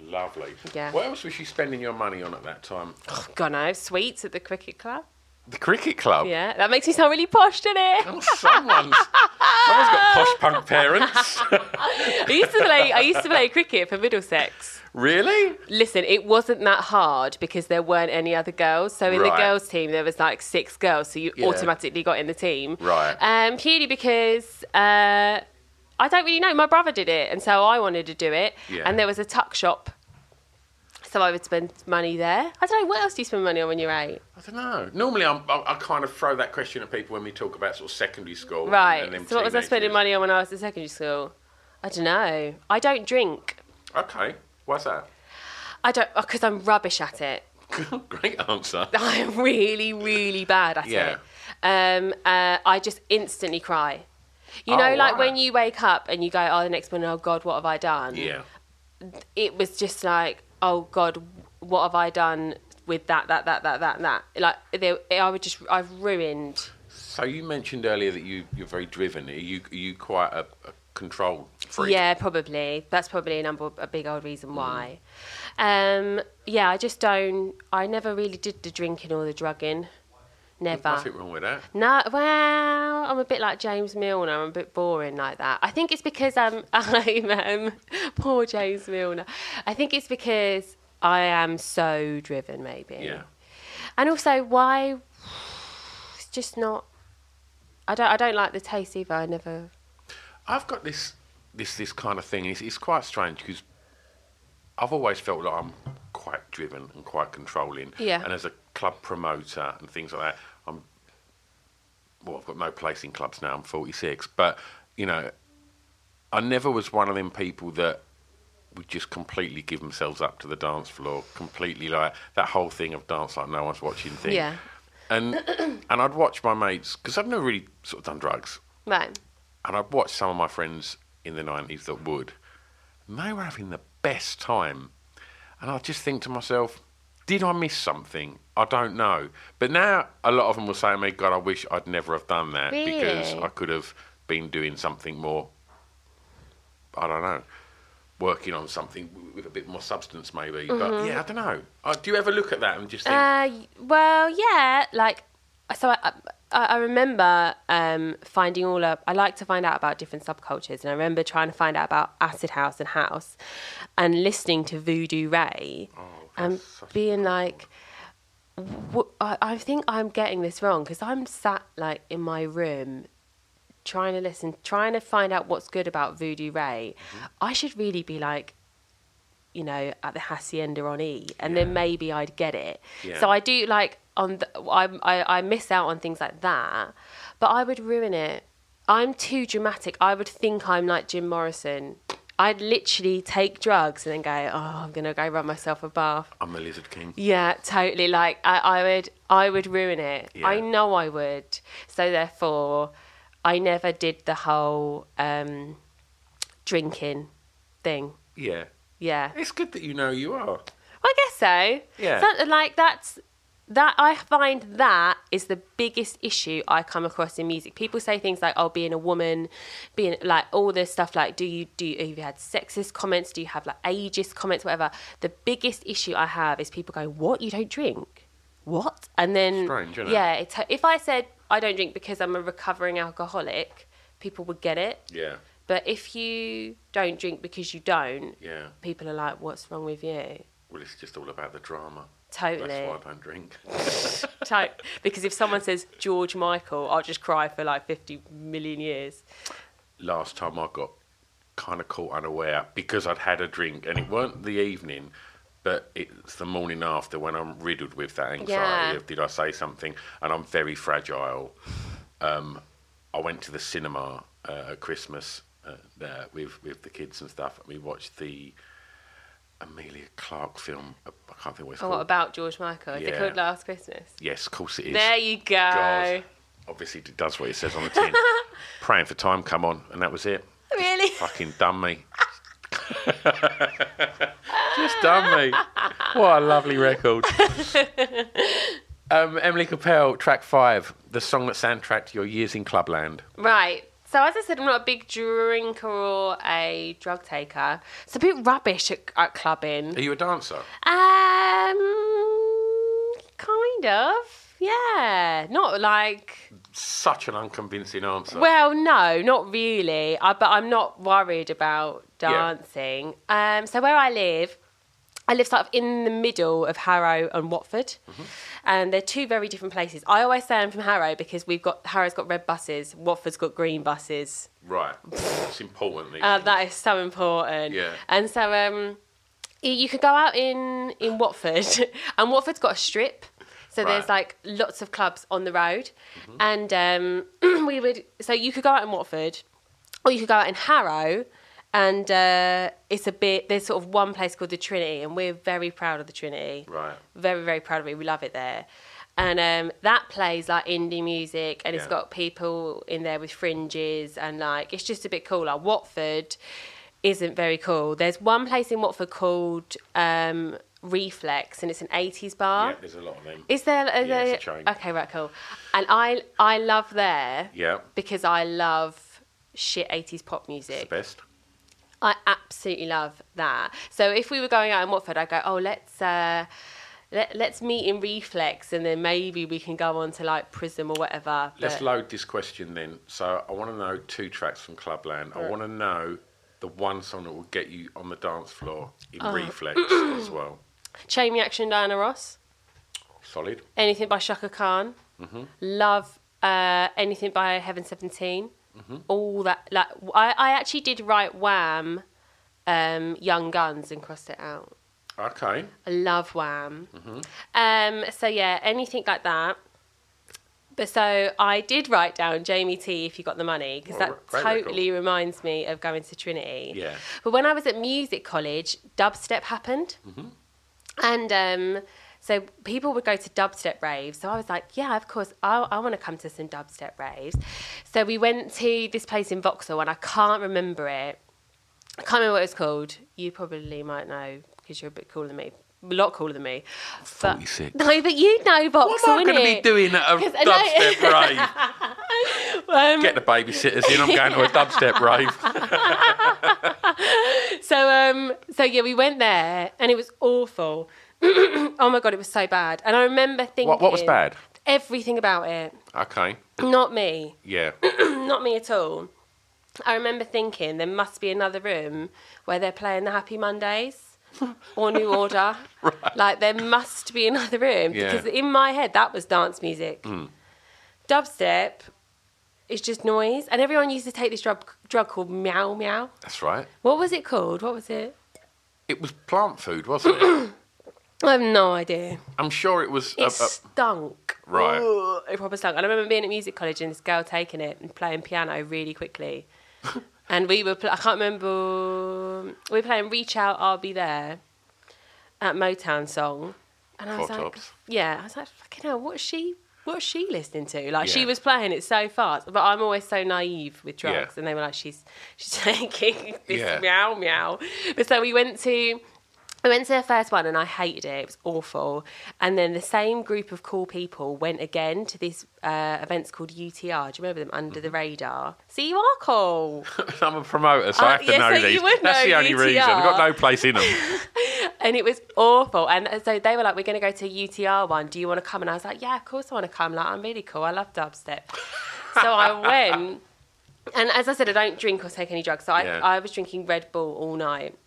Lovely.
Yeah.
What else was you spending your money on at that time?
Gono, Oh, sweets at the cricket club.
The cricket club.
Yeah, that makes me sound really posh, doesn't it?
Oh, someone's, someone's got posh punk parents.
I used to play. I used to play cricket for Middlesex.
really?
Listen, it wasn't that hard because there weren't any other girls. So in
Right.
the girls' team, there was like six girls, so you
Yeah.
automatically got in the team.
Right.
Um, purely because uh, I don't really know. My brother did it, and so I wanted to do it.
Yeah.
And there was a tuck shop, so I would spend money there. I don't know what else do you spend money on when you're eight.
I don't know. Normally, I'm, I, I kind of throw that question at people when we talk about sort of secondary school. and-
Right.
And, them
so what was I
teenage
spending
years.
money on when I was at secondary school? I don't know. I don't drink.
Okay. Why's that?
I don't because I'm rubbish at it.
Great answer.
I'm really, really bad at
Yeah.
it. Um, uh, I just instantly cry. You know,
Oh,
like
wow.
when you wake up and you go, "Oh, the next morning, oh God, what have I done?"
Yeah.
It was just like, "Oh God, what have I done with that, that, that, that, that, and that?" Like, they, I would just, I've ruined.
So you mentioned earlier that you, you're very driven. Are you, are you quite a, a control freak? Mm.
Yeah, probably. That's probably a number, a big old reason why. Um, yeah, I just don't. I never really did the drinking or the drugging. Never.
Nothing wrong with that.
No, well, I'm a bit like James Milner. I'm a bit boring like that. I think it's because I'm, I'm um, poor James Milner. I think it's because I am so driven, maybe.
Yeah.
And also, why? It's just not. I don't. I don't like the taste either. I never.
I've got this this this kind of thing. It's, it's quite strange because I've always felt like I'm quite driven and quite controlling.
Yeah.
And as a club promoter and things like that, I'm well, I've got no place in clubs now. I'm 46, but you know, I never was one of them people that would just completely give themselves up to the dance floor, completely like that whole thing of dance like no one's watching thing.
Yeah.
And and I'd watch my mates because I've never really sort of done drugs
Right.
and I'd watched some of my friends in the 90s that would, and they were having the best time. And I just think to myself, did I miss something? I don't know. But now a lot of them will say to me, God, I wish I'd never have done that because
Really?
I could have been doing something more, I don't know, working on something w- with a bit more substance maybe. But yeah, I don't know. Uh, do you ever look at that and just think,
Uh, y- well, yeah, like so I, I, I remember um, finding all up. I like to find out about different subcultures, and I remember trying to find out about acid house and house, and listening to Voodoo Ray, and being like, "Wh- I, I think I'm getting this wrong because I'm sat like in my room trying to listen, trying to find out what's good about Voodoo Ray, I should really be like, you know, at the hacienda on E, and then maybe I'd get it. So I do like on the, I, I I miss out on things like that, but I would ruin it. I'm too dramatic. I would think I'm like Jim Morrison. I'd literally take drugs and then go, oh, I'm gonna go run myself a bath.
I'm a lizard king.
Yeah, totally. Like I, I would, I would ruin it.
Yeah.
I know I would. So therefore, I never did the whole um, drinking thing.
Yeah.
Yeah,
It's good that you know you are.
I guess so.
Yeah.
Something like that's that. I find that is the biggest issue I come across in music. People say things like, "Oh, being a woman," being like all this stuff. Like, do you do? Have you had sexist comments? Do you have like ageist comments? Whatever. The biggest issue I have is people going, "What? You don't drink? What?" And then
Strange, isn't it?
yeah, it's, if I said I don't drink because I'm a recovering alcoholic, people would get it.
Yeah.
But if you don't drink because you don't,
Yeah.
people are like, "What's wrong with you?"
Well, it's just all about the drama.
Totally.
That's why I don't drink.
type because if someone says George Michael, I'll just cry for like 50 million years.
Last time I got kind of caught unaware because I'd had a drink, and it weren't the evening, but it's the morning after when I'm riddled with that anxiety
Yeah.
of did I say something, and I'm very fragile. Um, I went to the cinema uh, at Christmas uh, there with with the kids and stuff, and we watched the Amelia Clark film. I can't think what it's
Oh,
called.
what about George Michael? Is it
Yeah.
called Last Christmas?
Yes, of course it is.
There you go.
God. Obviously, it does what it says on the tin. Praying for time, come on, and that was it.
Really?
Fucking dummy. Just dummy. What a lovely record. um, Emily Capel, track five, the song that soundtracked your years in Clubland.
Right. So as I said, I'm not a big drinker or a drug taker. It's a bit rubbish at, at clubbing.
Are you a dancer?
Um, kind of. Yeah. Not like
Such an unconvincing answer.
Well, no, not really. I, but I'm not worried about
Yeah.
dancing. Um, so where I live, I live sort of in the middle of Harrow and Watford, and they're two very different places. I always say I'm from Harrow because we've got Harrow's got red buses, Watford's got green buses.
right. It's important. these
Uh,
things.
that is so important.
Yeah.
And so um, y- you could go out in in Watford, and Watford's got a strip. So there's
Right. Mm-hmm.
like lots of clubs on the road, and um, we would. So you could go out in Watford, or you could go out in Harrow, and uh, it's a bit. There's sort of one place called the Trinity, and we're very proud of the Trinity.
Right.
Very very proud of it. We love it there, and um, that plays like indie music, and it's
Yeah.
got people in there with fringes and like it's just a bit cool. Like Watford isn't very cool. There's one place in Watford called um, Reflex, and it's an 80s bar.
Yeah, there's a lot of them.
Is there? Is
Yeah,
there
it's a chain.
Okay, right, cool. And I I love there
Yeah.
because I love shit 80s pop
It's the
music.
best.
I absolutely love that. So if we were going out in Watford, I'd go, oh, let's. Uh, let, let's meet in Reflex and then maybe we can go on to like Prism or whatever.
Let's
but-
load this question then. So I want to know two tracks from Clubland. I want to know the one song that will get you on the dance floor in
Uh-huh.
Reflex as well.
Chain Reaction, Diana Ross.
Solid.
Anything by Shaka Khan. Love uh, anything by Heaven 17 All that. Like I, I actually did write Wham, um, Young Guns, and crossed it out.
Okay.
I love Wham.
Mm-hmm.
Um, so yeah, anything like that. But so I did write down Jamie T if you got the money because
Well,
that
great record.
totally reminds me of going to Trinity.
Yeah.
But when I was at music college, dubstep happened.
Mm-hmm.
And um, so people would go to dubstep raves. So I was like, yeah, of course, I, I want to come to some dubstep raves. So we went to this place in Vauxhall, and I can't remember it. I can't remember what it's called. You probably might know because you're a bit cooler than me. A lot cooler than me. But,
46.
No, but you know
What
Vauxhall,
am I going to be
innit?
doing at a
'Cause I know- Um,
dubstep rave? Get the babysitters in. I'm going to a dubstep rave.
So um so yeah, we went there and it was awful. oh my god, it was so bad. And I remember thinking
What, what was bad?
Everything about it.
Okay.
Not me.
Yeah.
Not me at all. I remember thinking there must be another room where they're playing the Happy Mondays or New Order. Like there must be another room
Yeah.
because in my head that was dance music. Dubstep is just noise, and everyone used to take this drug drug called meow meow.
That's right.
What was it called? What was it?
It was plant food, wasn't it?
I have no idea.
I'm sure it was.
It
uh, uh,
stunk.
Right.
Ugh, it proper stunk. And I remember being at music college and this girl taking it and playing piano really quickly. and we were, pl- I can't remember, we were playing Reach Out, I'll Be There at Motown Song. And I was
Four
like,
Tops.
yeah, I was like, fucking hell, what's she, what's she listening to? Like,
Yeah.
she was playing it so fast. But I'm always so naive with drugs.
Yeah.
And they were like, she's, she's taking this
Yeah.
meow meow. But so we went to, I went to the first one and I hated it. It was awful. And then the same group of cool people went again to these uh, events called UTR. Do you remember them? Under the radar. See, you are cool.
I'm a promoter, so
Uh,
I have to
yeah,
know
so you
these.
would
That's
know
the only reason. I've got
VTR.
no place in them.
and it was awful. And uh, so they were like, "We're going to go to a UTR one. Do you want to come?" And I was like, "Yeah, of course I want to come. Like, I'm really cool. I love dubstep." so I went, and as I said, I don't drink or take any drugs. So I,
Yeah.
I was drinking Red Bull all night,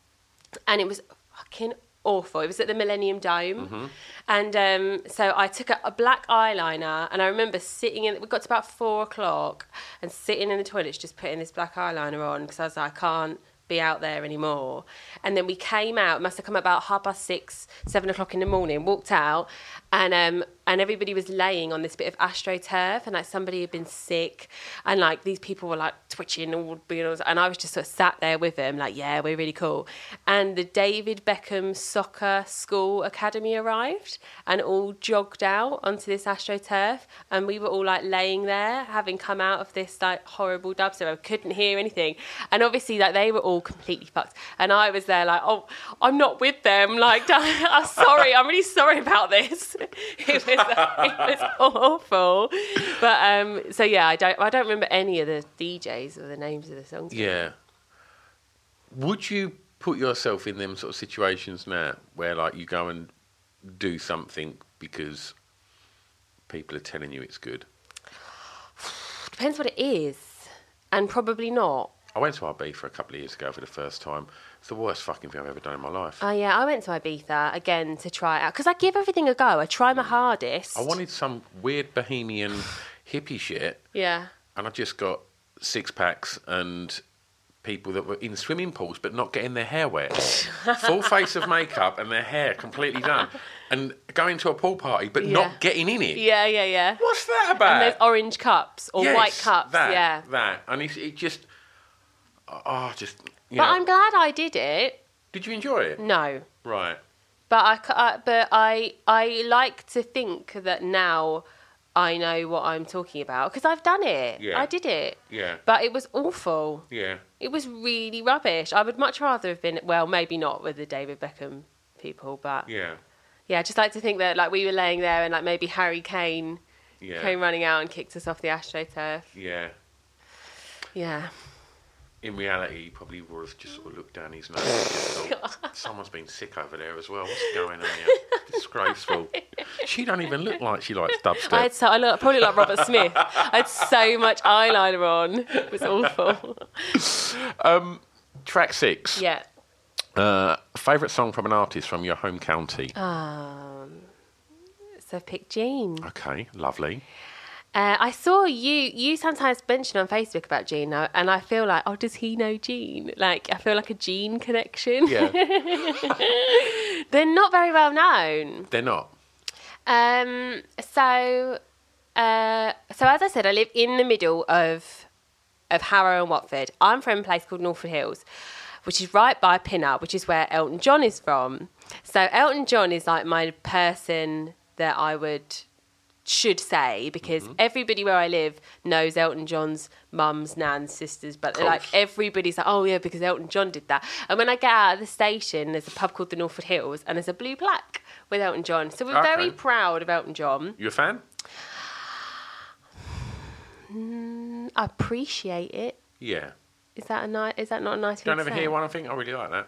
and it was fucking awful. It was at the Millennium Dome, and um, so I took a, a black eyeliner, and I remember sitting in. We got to about four o'clock, and sitting in the toilets, just putting this black eyeliner on because I was like, I can't be out there anymore. And then we came out, must have come about half past six, seven o'clock in the morning, walked out and um and everybody was laying on this bit of astroturf and like somebody had been sick and like these people were like twitching all being all- and I was just sort of sat there with them like yeah we're really cool and the David Beckham soccer school academy arrived and all jogged out onto this astroturf and we were all like laying there having come out of this like horrible dub so I couldn't hear anything and obviously like they were all completely fucked and I was there like oh I'm not with them like I'm sorry I'm really sorry about this it was it was awful but um so yeah I don't I don't remember any of the DJs or the names of the songs
Yeah. Would you put yourself in them sort of situations now where like you go and do something because people are telling you it's good?
depends what it is and probably not
I went to RB for a couple of years ago for the first time. It's the worst fucking thing I've ever done in my life.
Oh yeah, I went to Ibiza again to try it out because I give everything a go. I try my hardest.
Mm. I wanted some weird bohemian hippie shit
Yeah.
and I just got six packs and people that were in swimming pools but not getting their hair wet. Full face of makeup and their hair completely done. And going to a pool party but
Yeah.
not getting in it.
Yeah, yeah, yeah.
What's that
And
about?
there's orange cups or
Yes,
white cups.
That,
yeah.
That. And it, it just. Oh, just. You
But
know.
I'm glad I did it.
Did you enjoy it?
No.
Right.
But I, c- I- but I I like to think that now I know what I'm talking about because I've done it.
Yeah.
I did it.
Yeah.
But it was awful.
Yeah.
It was really rubbish. I would much rather have been well, maybe not with the David Beckham people, but
Yeah.
Yeah, I just like to think that like we were laying there and like maybe Harry Kane
Yeah.
came running out and kicked us off the astroturf.
Yeah.
Yeah.
In reality, he probably would have just sort of looked down his nose and just thought, someone's been sick over there as well. What's going on here? Disgraceful. She don't even look like she likes dubstep.
I had so I look probably like Robert Smith. I had so much eyeliner on. It was awful.
Track six.
Yeah.
Uh, Favourite song from an artist from your home county?
Um so pick Jean.
Okay, lovely.
Uh, I saw you you sometimes mention on Facebook about Jean now, and I feel like, oh, does he know Jean? Like I feel like a Jean connection.
Yeah,
They're not very well known.
they're not.
Um, so, uh, so as I said, I live in the middle of of Harrow and Watford. I'm from a place called Norford Hills, which is right by Pinner, which is where Elton John is from. So Elton John is like my person that I would should say because everybody where I live knows Elton John's mum's, nan's, sisters, but like everybody's like, oh yeah, because Elton John did that. And when I get out of the station, there's a pub called the Norford Hills, and there's a blue plaque with Elton John. So we're very
Okay.
proud of Elton John.
You a fan?
I appreciate it.
Yeah.
Is that a nice? Is that not a nice?
Don't
thing
ever
to say?
hear one. I think I really like that.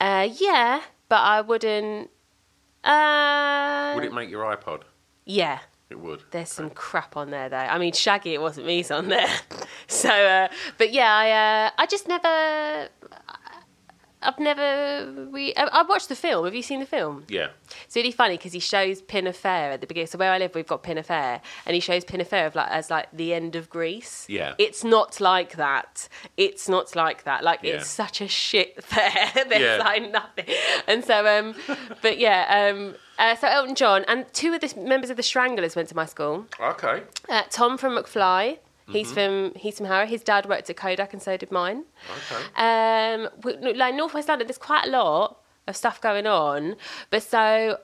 Uh, yeah, but I wouldn't. Uh,
Would it make your iPod?
Yeah.
It would.
There's some crap on there though. I mean, Shaggy, it wasn't me's on there. so, uh, but yeah, I uh, I just never. I've never. We I, I watched the film. Have you seen the film?
Yeah.
It's really funny because he shows Pinefair at the beginning. So where I live, we've got Pinefair, and he shows Pinefair of like as like the end of Greece.
Yeah.
It's not like that. It's not like that. Like
Yeah.
it's such a shit fair. There's
Yeah.
like nothing. And so, um, but yeah, um, uh, so Elton John and two of the s- members of the Stranglers went to my school.
Okay.
Uh, Tom from McFly.
Mm-hmm.
He's from he's from Harrow. His dad worked at Kodak, and so did mine.
Okay.
Um, we- like Northwest London, there's quite a lot of stuff going on, but so.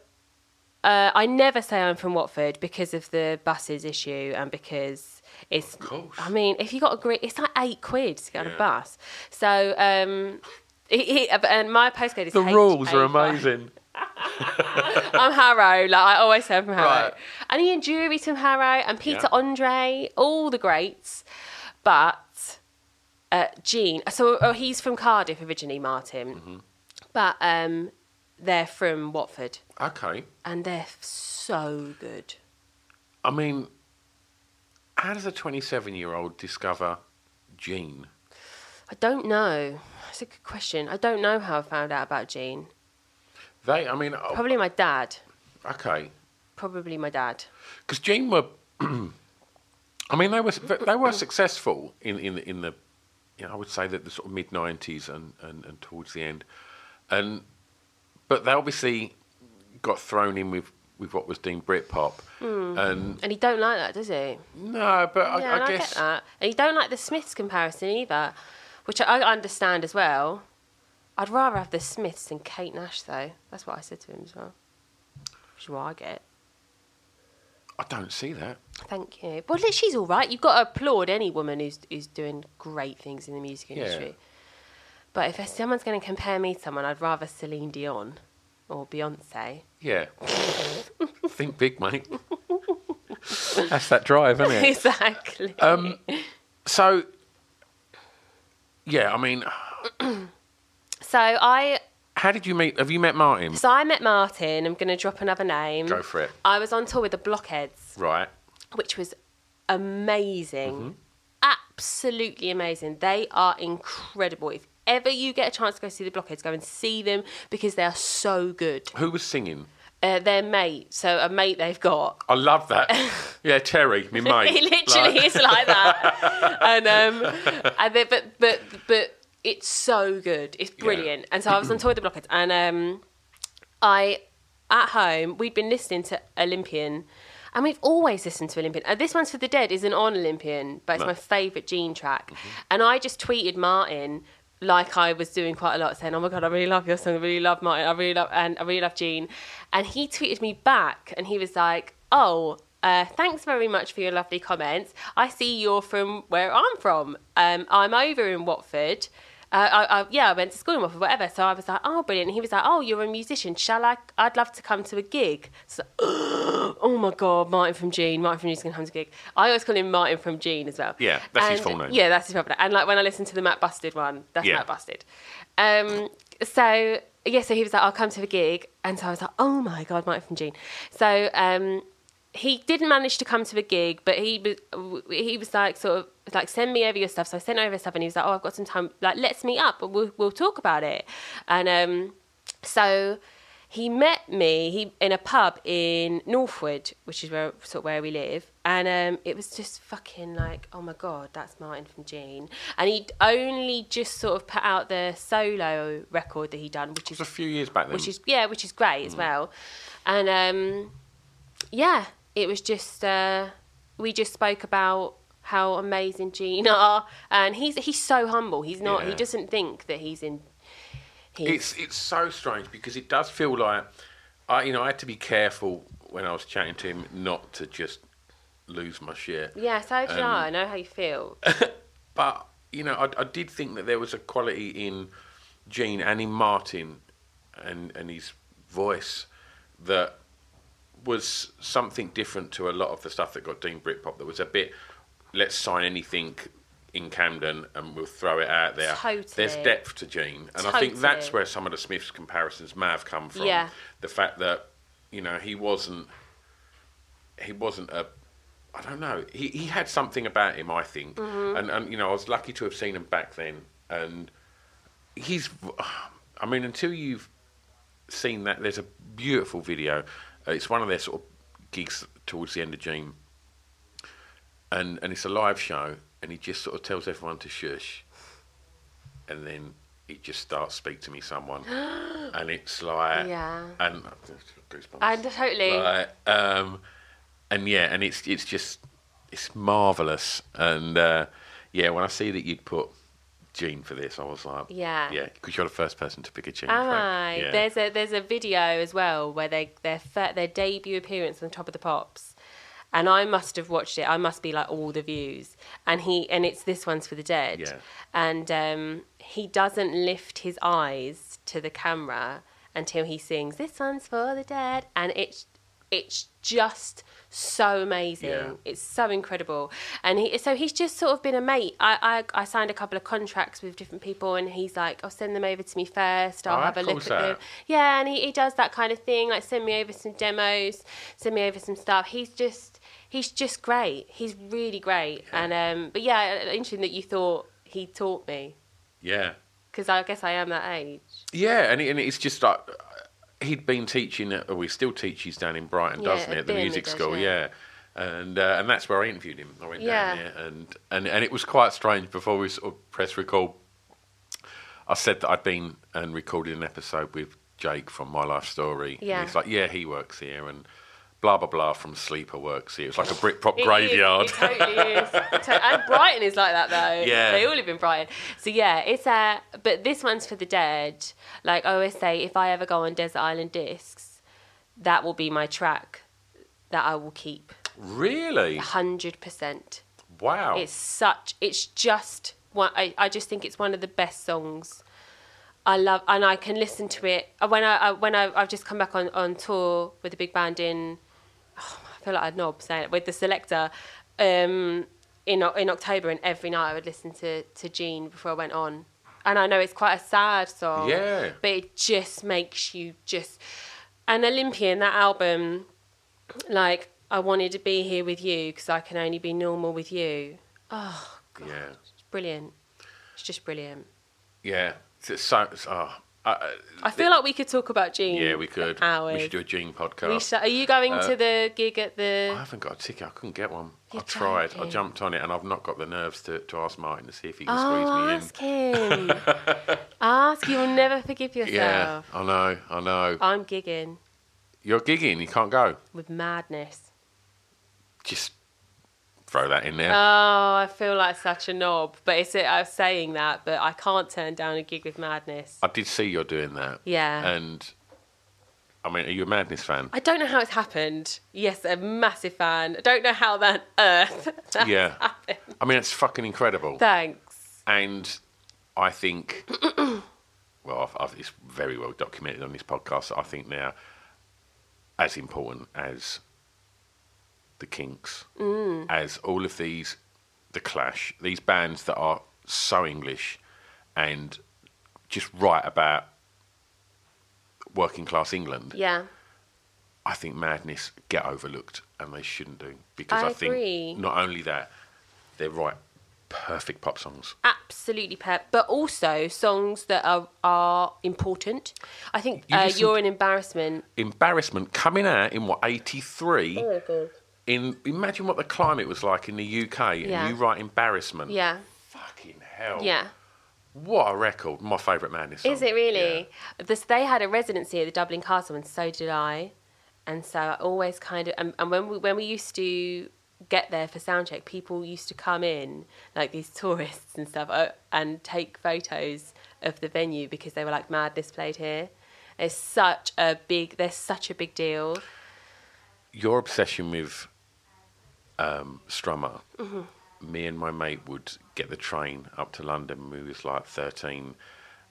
Uh, I never say I'm from Watford because of the buses issue and because it's.
course.
I mean, if you got a grid, it's like eight quid to get on
Yeah.
a bus. So, um, it, it, and my postcode is.
The rules are
HA5.
amazing.
I'm Harrow. Like I always say, I'm from Harrow.
Right.
And Ian Dury's from Harrow, and Peter
Yeah.
Andre, all the greats. But uh, Gene, so oh, he's from Cardiff originally, Martin.
Mm-hmm.
But um, they're from Watford,
Okay.
and they're so good.
I mean, how does a 27 year old discover Gene?
I don't know. That's a good question. I don't know how I found out about Gene.
They, I mean, oh,
Probably my dad.
okay.
Probably my dad.
Because Gene were, I mean, they were they were successful in in the, in the you know, I would say that the sort of mid '90s and, and and towards the end, and but they obviously got thrown in with with what was deemed Britpop, and
And he don't like that, does he?
no, but I,
Hmm. Yeah, and
I
I
guess
get that. And you don't like the Smiths comparison either, which I I understand as well. I'd rather have the Smiths than Kate Nash, though. That's what I said to him as well. Which is what I get.
I don't see that.
Thank you. Well, look, she's all right. You've got to applaud any woman who's who's doing great things in the music
Yeah.
industry. But if someone's going to compare me to someone, I'd rather Celine Dion or Beyonce.
Yeah, think big, mate. That's that drive, isn't it?
exactly.
Um, so, yeah, I mean,
so I
how did you meet? Have you met Martin?
so I met Martin. I'm going to drop another name.
Go for it.
I was on tour with the Blockheads.
Right.
which was amazing.
Mm-hmm.
Absolutely amazing. They are incredible. If ever you get a chance to go see the Blockheads, go and see them because they are so good.
Who was singing?
Uh, their mate, so a mate they've got.
I love that. yeah, Terry, my mate.
It literally
Like-
is like that. and um, and then, but but but it's so good. It's brilliant. And so I was on tour with the Blockheads, and um, I at home we'd been listening to Olympian. And we've always listened to Olympian. Uh, this one's for the dead isn't on Olympian, but it's my favourite Gene track. And I just tweeted Martin like I was doing quite a lot, saying, "Oh my god, I really love your song. I really love Martin. I really love and I really love Gene." And he tweeted me back, and he was like, "Oh, uh, thanks very much for your lovely comments. I see you're from where I'm from. Um, I'm over in Watford. Uh, I, I, yeah, I went to school in Watford, whatever. So I was like, oh, brilliant. And he was like, oh, you're a musician. Shall I? I'd love to come to a gig. So, oh my God, Martin from Gene. Martin from Gene's going to come to a gig. I always call him Martin from Gene as well.
Yeah, that's his
And-
full name.
Yeah, that's his proper name. And like when I listen to the Matt Busted one, that's
Yeah.
Matt Busted. Um, so, yeah, so he was like, I'll come to the gig. And so I was like, oh my God, Martin from Gene. So, um, he didn't manage to come to the gig, but he was w- he was like sort of like send me over your stuff. So I sent over stuff, and he was like, "Oh, I've got some time. Like, let's meet up. and We'll we'll talk about it." And um, so he met me he in a pub in Northwood, which is where sort of where we live, and um, it was just fucking like, oh my god, that's Martin from Gene, and he'd only just sort of put out the solo record that he done,
It
which is
was a Mm. few years back then.
which is yeah, which is great as well. And um, yeah, it was just uh, we just spoke about how amazing Gene are, and he's he's so humble. He's not. He
Yeah.
doesn't think that he's in. He's,
It's it's so strange because it does feel like I you know I had to be careful when I was chatting to him not to just lose my shit.
yeah, so do I. I know how you feel.
But you know I, I did think that there was a quality in Gene and in Martin and and his voice that was something different to a lot of the stuff that got deemed Britpop. That was a bit let's sign anything in Camden and we'll throw it out there. There's
Totally.
depth to Gene, and I think that's
Totally.
where some of the Smiths comparisons may have come from.
Yeah.
The fact that you know he wasn't he wasn't a. I don't know. He he had something about him, I think, and and you know I was lucky to have seen him back then, and he's. I mean, until you've seen that, there's a beautiful video. Uh, It's one of their sort of gigs towards the end of June, and and it's a live show, and he just sort of tells everyone to shush, and then it just starts speak to me someone, and it's like
Yeah.
and uh, goosebumps.
And totally.
Like, um, and yeah, and it's it's just it's marvelous, and uh, yeah, when I see that you'd put Gene for this, I was like,
Yeah.
yeah, because you're the first person to pick a Gene.
Am
Frank.
I?
Yeah.
There's a there's a video as well where they their fir- their debut appearance on Top of the Pops, and I must have watched it. I must be like all the views, and he and it's this one's for the dead,
Yeah.
and um, he doesn't lift his eyes to the camera until he sings this one's for the dead, and it's it's just so amazing.
Yeah.
It's so incredible. And he, so he's just sort of been a mate. I, I, I signed a couple of contracts with different people, and he's like, I'll send them over to me first. I'll
Oh,
have a
that
look
calls
at them.
that.
Yeah, and he, he does that kind of thing like, send me over some demos, send me over some stuff. He's just. He's just great. He's really great. And um, but yeah, interesting that you thought he taught me
yeah,
because I guess I am that age.
yeah, and it, and it's just like he'd been teaching, at- or he still teaches down in Brighton,
Yeah,
doesn't he, at the
Birmingham
music
does,
school?
yeah.
Yeah. And uh, and that's where I interviewed him. I went
Yeah.
down there, and, and and it was quite strange. Before we sort of press record, I said that I'd been and recorded an episode with Jake from My Life Story.
Yeah.
And he's like, yeah, he works here, and blah blah blah from Sleeper works here. It's like a Britpop
It
graveyard.
is, It, totally is. To- and Brighton is like that though.
Yeah.
They all live in Brighton. So yeah, it's uh but this one's for the dead. Like I always say, if I ever go on Desert Island Discs, that will be my track that I will keep.
really?
Hundred percent.
Wow.
It's such. It's just one. I, I just think it's one of the best songs. I love, and I can listen to it Uh, when I, I when I, I've just come back on, on tour with the big band in. Oh, I feel like a knob saying it with the selector. Um, in O- in October, and every night I would listen to to Gene before I went on. And I know it's quite a sad song,
Yeah.
But it just makes you just. And Olympian, that album, like I wanted to be here with you because I can only be normal with you. Oh, God.
Yeah.
It's brilliant. It's just brilliant.
yeah. So, so oh, I-
I feel like we could talk about Gene.
yeah, we could.
For hours.
We should do a Gene podcast.
We should- Are you going to the gig at
I
the?
haven't got a ticket. I couldn't get one. I
You're
tried. I
joking.
jumped on it, and I've not got the nerves to, to ask Martin to see if he can
Oh,
squeeze
ask
me
him. ask. You will never forgive
in. Yeah,
yourself.
I know. I know.
I'm gigging
You're gigging. You can't go.
with madness.
Just throw that in there.
Oh, I feel like such a knob, but it's it. I'm saying that, but I can't turn down a gig with madness.
I did see you're doing that.
Yeah.
And I mean, are you a Madness fan?
I don't know how it's happened. Yes, a massive fan. I don't know how that earth. that
yeah.
happened.
I mean, it's fucking incredible.
Thanks.
and I think, well, I've, I've, it's very well documented on this podcast. that I think now, as important as the Kinks,
Mm.
as all of these, the Clash, these bands that are so English and just write about working class England.
Yeah.
I think Madness get overlooked and they shouldn't do because
I
I, think
agree.
not only that they write perfect pop songs.
Absolutely pep, but also songs that are are important. I think
You
uh,
listen-
you're an embarrassment.
embarrassment coming out in what 83 in imagine what the climate was like in the UK and
Yeah.
you write embarrassment
Yeah,
fucking hell
yeah.
what a record my favourite madness song.
Is it really? This, they had a residency at the Dublin Castle, and so did I. And so I always kind of and, and when we when we used to get there for soundcheck, people used to come in like these tourists and stuff uh, and take photos of the venue because they were like madness played here. It's such a big. They're such a big deal.
Yeah. your obsession with um, Strummer
Mm-hmm.
me and my mate would get the train up to London when we was like 13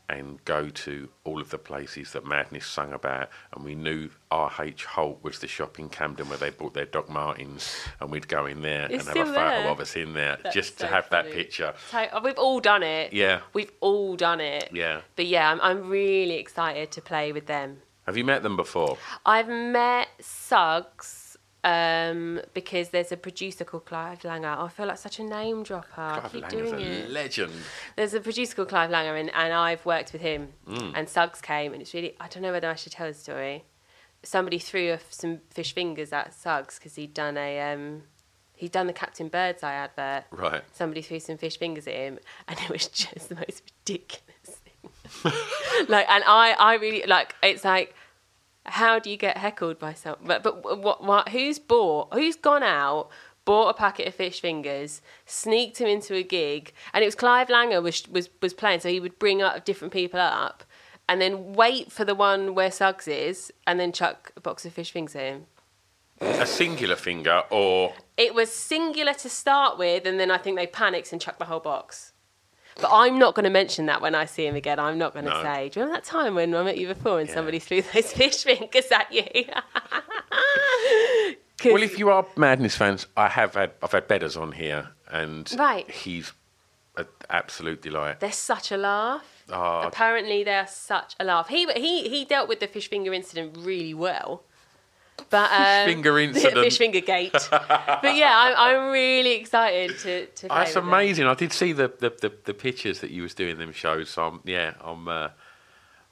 and go to all of the places that Madness sung about and we knew R.H. Holt was the shop in Camden where they bought their Doc Martens and we'd go in there
It's
and have a
still
photo
there.
of us in there
That's
just
so
to have that
funny.
picture.
So uh, we've all done it.
Yeah.
We've all done it.
Yeah.
But yeah, I'm, I'm really excited to play with them.
Have you met them before?
I've met Suggs um, because there's a producer called Clive Langer. I feel like such a name dropper. I keep
Langer's
doing
a
it.
legend.
There's a producer called Clive Langer, and, and I've worked with him. And Suggs came, and it's really, I don't know whether I should tell the story. Somebody threw a f some fish fingers at Suggs because he'd done a, um, he'd done the Captain Birdseye advert.
Right.
Somebody threw some fish fingers at him, and it was just the most ridiculous thing. like, and I, I really, like, it's like, how do you get heckled by some? But but what what who's bought? Who's gone out? Bought a packet of fish fingers, sneaked him into a gig, and it was Clive Langer was was was playing, so he would bring up different people up, and then wait for the one where Suggs is, and then chuck a box of fish fingers at him.
A singular finger or
It was singular to start with, and then I think they panicked and chucked the whole box. But I'm not going to mention that when I see him again. I'm not going to
No.
say, "Do you remember that time when I met you before and somebody threw those fish fingers at you?" 'Cause-
Well, if you are Madness fans, I have had I've had Bedders on here, and
Right.
he's an absolute delight.
They're such a laugh.
Ah.
Apparently, they're such a laugh. He he he dealt with the fish finger incident really well. But um,
finger incident.
fish finger gate. but yeah, I'm, I'm really excited to. to play
That's
with them.
amazing. I did see the, the, the, the pictures that you was doing them shows. So I'm, yeah, I'm uh,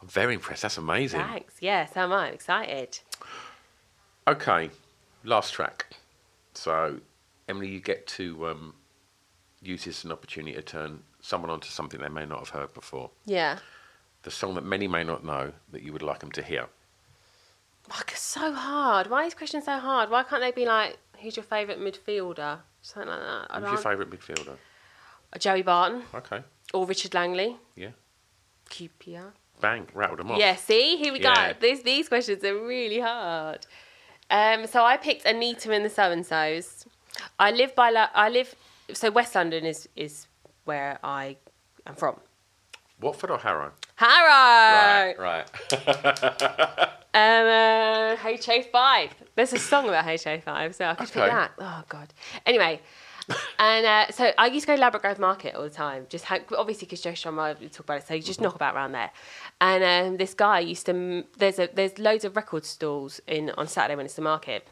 I'm very impressed. That's amazing.
Thanks. Yes, am I excited?
Okay, last track. So, Emily, you get to um, use this as an opportunity to turn someone onto something they may not have heard before.
Yeah.
The song that many may not know that you would like them to hear.
Like it's so hard. Why is question so hard? Why can't they be like, who's your favourite midfielder? Something like that. I'd
Who's your
like-
favourite midfielder?
Joey Barton
Okay,
or Richard Langley.
yeah,
QPR.
bang, rattled them off.
Yeah, see, here we
Yeah.
go. These these questions are really hard. Um, so I picked Anita and the So and So's. I live by Lo- I live so West London is is where I am from.
Watford or Harrow?
Harrow.
right.
Um, uh, HO5. There's a song about HO5, so I could
Okay.
pick that. Oh, God. Anyway, and uh, so I used to go to Labrador Grove Market all the time, just ha- obviously because Joe Strummer would talk about it, so you just
Mm-hmm.
knock about around there. And um, this guy used to, m- there's, a, there's loads of record stalls in on Saturday when it's the market.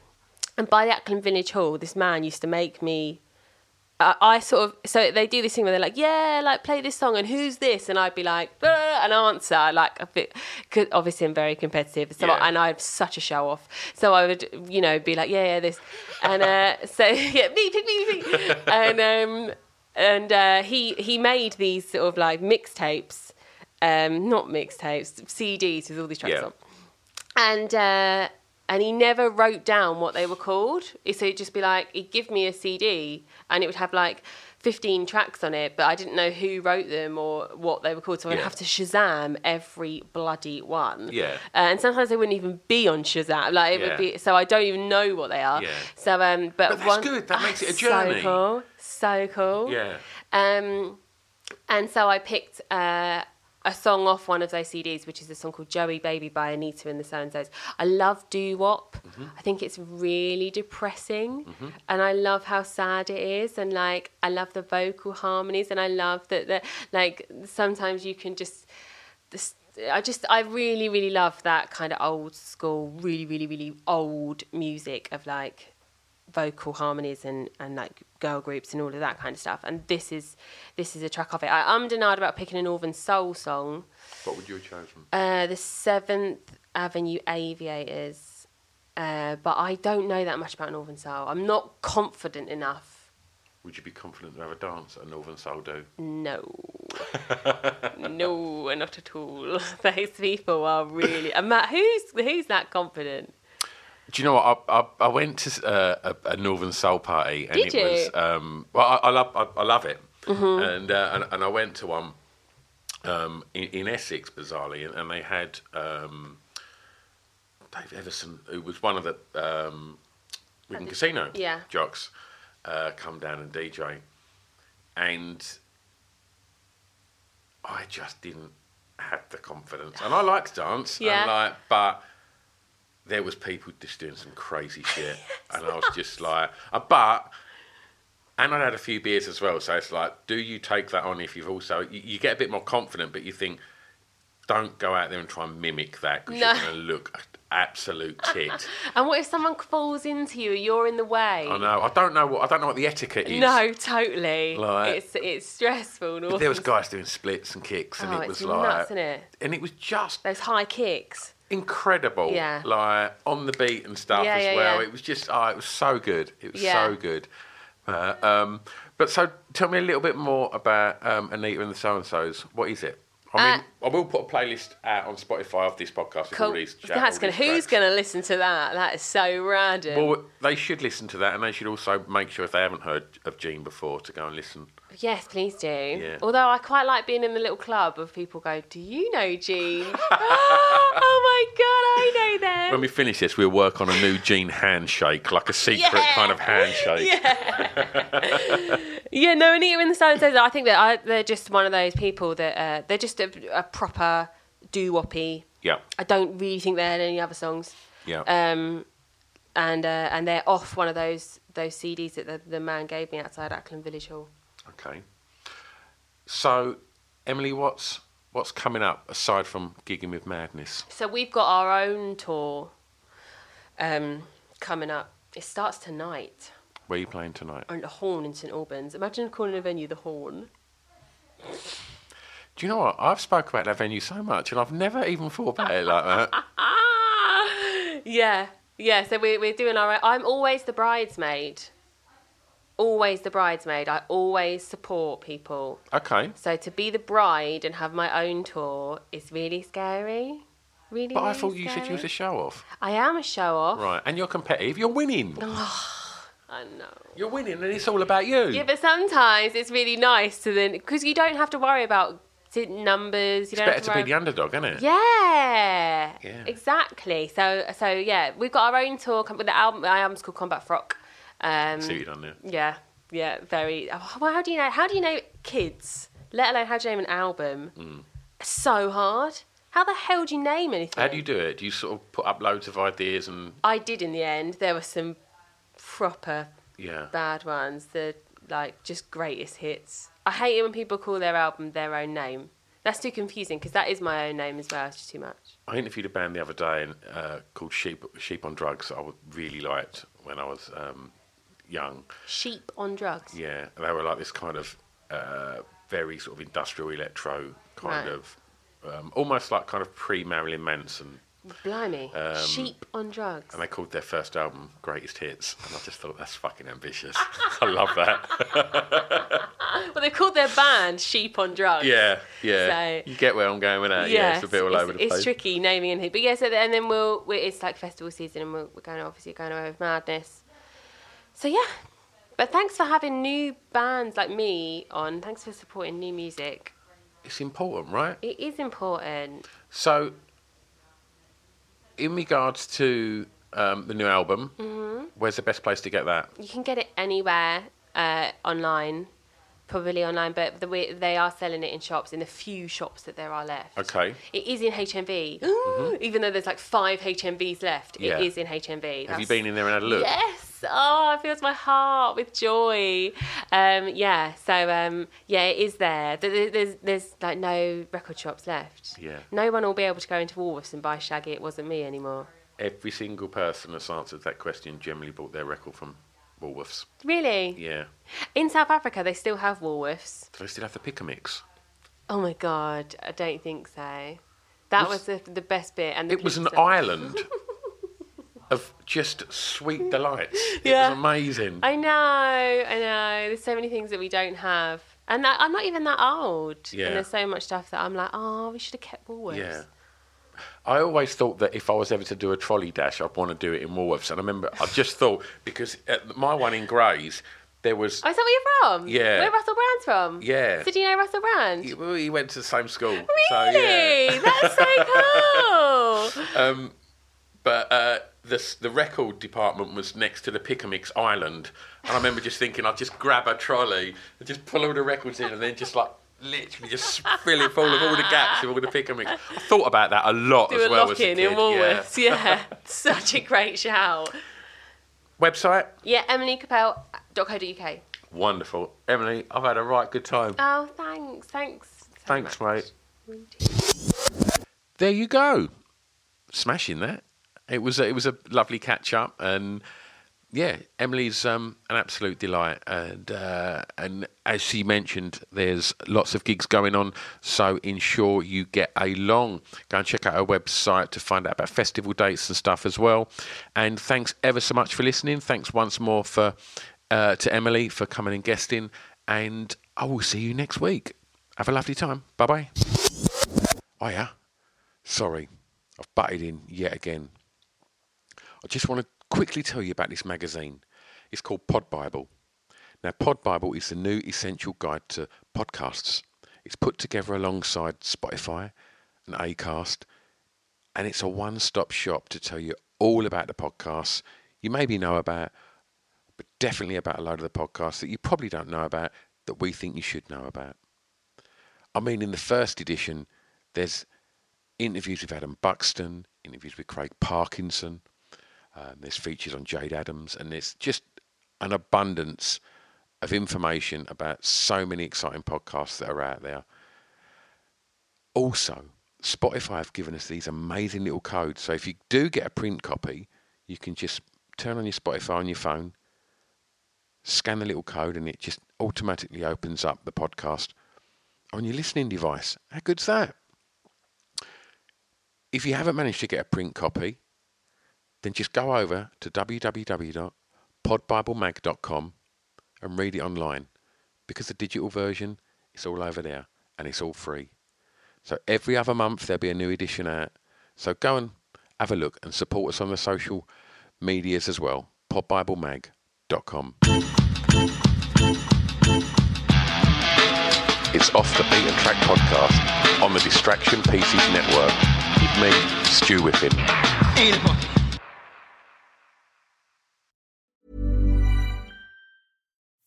And by the Ackland Village Hall, this man used to make me I I sort of so they do this thing where they're like, yeah, like play this song and who's this, and I'd be like, "Blah," an answer like a bit. Cause obviously, I'm very competitive, so
Yeah.
and I'm such a show off. So I would, you know, be like, yeah, yeah, this, and uh, so yeah, me, pick me, pick me, and um, and uh, he he made these sort of like mixtapes, um, not mixtapes, CDs with all these tracks
Yeah.
on and uh, and he never wrote down what they were called. So he'd just be like, he'd give me a CD, and it would have like fifteen tracks on it, but I didn't know who wrote them or what they were called. So I'd
Yeah.
have to Shazam every bloody one.
Yeah.
Uh, and sometimes they wouldn't even be on Shazam. Like it
Yeah.
would be, so I don't even know what they are.
Yeah.
So um, but,
But that's
one, Ah,
good. That makes it a journey.
So cool. So cool.
Yeah.
Um, and so I picked uh, a song off one of those CDs, which is a song called Joey Baby by Anita and the So and So's. I love doo wop. I think it's really depressing. And I love how sad it is. And like, I love the vocal harmonies. And I love that, that like, sometimes you can just. This, I just, I really, really love that kind of old school, really, really, really old music of like vocal harmonies and, and like girl groups and all of that kind of stuff. And this is this is a track of it. I am denied about picking a Northern Soul song.
What would you have chosen?
Uh, the Seventh Avenue Aviators, uh, but I don't know that much about Northern Soul. I'm not confident enough.
Would you be confident to have a dance at Northern Soul Do?
No, no, not at all. Those people are really. And Matt, who's who's that confident?
Do you know what? I, I, I went to uh, a, a Northern Soul party and
Did
it was.
you? Mm-hmm.
Um, well, I, I, love, I, I love it. And, uh, and and I went to one um, in, in Essex, bizarrely, and, and they had um, Dave Everson, who was one of the um, Wigan Casino
yeah.
jocks, uh, come down and DJ. And I just didn't have the confidence. And I like to dance,
Yeah.
and like, but there was people just doing some crazy shit, and I was just like, uh, but. And I'd had a few beers as well, so it's like, do you take that on if you've also you, you get a bit more confident, but you think, don't go out there and try and mimic that because
No.
you're going to look absolute tit.
And what if someone falls into you? You're in the way.
I know. I don't know what I don't know what the etiquette is.
No, totally.
Like-
it's it's stressful. And
But
awful.
there was guys doing splits and kicks, and
Oh,
it
it's
was like,
nuts, innit?
and it was just
Those high kicks.
incredible,
Yeah.
like on the beat and stuff
Yeah,
as
yeah,
well.
yeah.
It was just, oh, it was so good. It was
Yeah.
so good. Uh, um, but so, tell me a little bit more about um, Anita and the So and So's. What is it? I mean, I will put a playlist out on Spotify of this podcast. With all
Uh, Cool.
these, chat-
That's
all
gonna,
these
who's
tracks.
going to listen to that? That is so random.
Well, they should listen to that, and they should also make sure if they haven't heard of Gene before to go and listen.
Yes, please do.
Yeah.
Although I quite like being in the little club of people go, Do you know Gene? oh my God, I know
When
them.
we finish this, we'll work on a new Gene handshake, like a secret
Yeah.
kind of handshake.
yeah, no, Anita and the Silent Says, I think that I, they're just one of those people that uh, they're just a, a proper doo woppy.
Yeah.
I don't really think they had any other songs.
Yeah.
Um, and uh, and they're off one of those those CDs that the, the man gave me outside Ackland Village Hall.
Okay. So, Emily, what's what's coming up aside from gigging with madness?
So we've got our own tour um, coming up. It starts tonight.
Where are you playing tonight?
on the Horn in St Albans. Imagine calling a venue the Horn.
Do you know what? I've spoke about that venue so much, and I've never even thought about it like that.
Ah, yeah, yeah. So we're we're doing our. I'm always the bridesmaid. Always the bridesmaid. I always support people.
Okay.
So to be the bride and have my own tour is really scary. Really.
But I
really
thought you said
scary.
you was a show off.
I am a show off.
Right. And you're competitive. You're winning.
I know.
You're winning, and it's all about you.
Yeah, but sometimes it's really nice to then because you don't have to worry about
it's
numbers. You don't
better
have to
to
worry
be the underdog, isn't it?
Yeah.
Yeah.
Exactly. So so yeah, we've got our own tour. com- The album, our album's called Combat Frock. Um,
See what you've done there.
yeah, yeah. Very. oh, Well, how do you know? How do you know kids? Let alone how do you name an album?
Hmm.
So hard. How the hell do you name anything?
How do you do it? Do you sort of put up loads of ideas and
I did in the end. There were some proper
yeah?
bad ones. The like just greatest hits. I hate it when people call their album their own name. That's too confusing because that is my own name as well. It's just too much.
I interviewed a band the other day and, uh, called Sheep Sheep on Drugs. I really liked when I was um, young.
Sheep on drugs.
Yeah, and they were like this kind of uh, very sort of industrial electro kind
Right.
of, um, almost like kind of pre Marilyn Manson.
Blimey. Sheep on drugs.
And they called their first album "Greatest Hits," and I just thought that's fucking ambitious. I love that.
Well, they called their band Sheep on Drugs.
Yeah, yeah.
So-
you get where I'm going with that. Uh, yeah, it's a bit all
it's,
over the place.
It's tricky naming and who. But yeah, so then, and then we'll, we it's like festival season and we'll, we're going, obviously, going away with madness. So yeah. But thanks for having new bands like me on. Thanks for supporting new music.
It's important, right?
It is important.
So, in regards to um, the new album,
Mm-hmm.
where's the best place to get that?
You can get it anywhere uh, online, probably online, but the, way- they are selling it in shops, in the few shops that there are left.
Okay. Mm-hmm.
It is in HMV. Even though there's like five HMVs left,
Yeah.
it is in HMV.
Have you
That's-
been in there and had a look?
Yes. Oh, it fills my heart with joy. Um, yeah. So um, yeah, it is there. Th- th- There's there's like no record shops left.
Yeah.
No one will be able to go into Woolworths and buy Shaggy. It wasn't me anymore.
Every single person that's answered that question generally bought their record from Woolworths.
Really?
Yeah.
In South Africa, they still have Woolworths.
Do they still have the pick a mix?
Oh my god, I don't think so. That was,
Was-
the, the best bit. And the
It was an
pizza.
island of just sweet delights. It
Yeah.
was amazing.
I know, I know. There's so many things that we don't have, and that, I'm not even that old.
Yeah.
And there's so much stuff that I'm like, oh, we should have kept Woolworths.
Yeah. I always thought that if I was ever to do a trolley dash, I'd want to do it in Woolworths. And I remember, I just thought, because at my one in Grays, there was.
Oh, is that where you're from?
Yeah.
Where Russell Brand's from?
Yeah.
So do you know Russell Brand?
He, well, he went to the same school. Really?
Really? That's so cool.
Um, But uh, the the record department was next to the Pick a Mix Island, and I remember just thinking I'd just grab a trolley and just pull all the records in, and then just like literally just fill it full of all the gaps of all the Pick a Mix. I thought about that a lot
Do
as
a
well as a
lock-in
kid,
in
yeah.
Woolworths. Yeah. Such a great shout.
Website
Yeah, emilycapel.co.uk.
wonderful, Emily. I've had a right good time.
Oh, thanks. Thanks. so
Thanks,
much.
mate. There you go, smashing that. It was a, it was a lovely catch up, and yeah, Emily's um, an absolute delight, and uh, and as she mentioned, there's lots of gigs going on, so ensure you get along. Go and check out her website to find out about festival dates and stuff as well. And thanks ever so much for listening. Thanks once more for uh, to Emily for coming and guesting, and I will see you next week. Have a lovely time. Bye bye. Oh yeah, sorry, I've butted in yet again. I just want to quickly tell you about this magazine. It's called Pod Bible. Now, Pod Bible is the new essential guide to podcasts. It's put together alongside Spotify and Acast, and it's a one stop shop to tell you all about the podcasts you maybe know about, but definitely about a load of the podcasts that you probably don't know about that we think you should know about. I mean, in the first edition, there's interviews with Adam Buxton, interviews with Craig Parkinson, um, there's features on Jade Adams, and there's just an abundance of information about so many exciting podcasts that are out there. Also, Spotify have given us these amazing little codes. So if you do get a print copy, you can just turn on your Spotify on your phone, scan the little code, and it just automatically opens up the podcast on your listening device. How good's that? If you haven't managed to get a print copy, then just go over to www.podbiblemag.com and read it online because the digital version is all over there and it's all free. So every other month there'll be a new edition out. So go and have a look and support us on the social medias as well. Podbiblemag.com. It's off the beat and track podcast on the Distraction Pieces Network with me, Stu Whippin.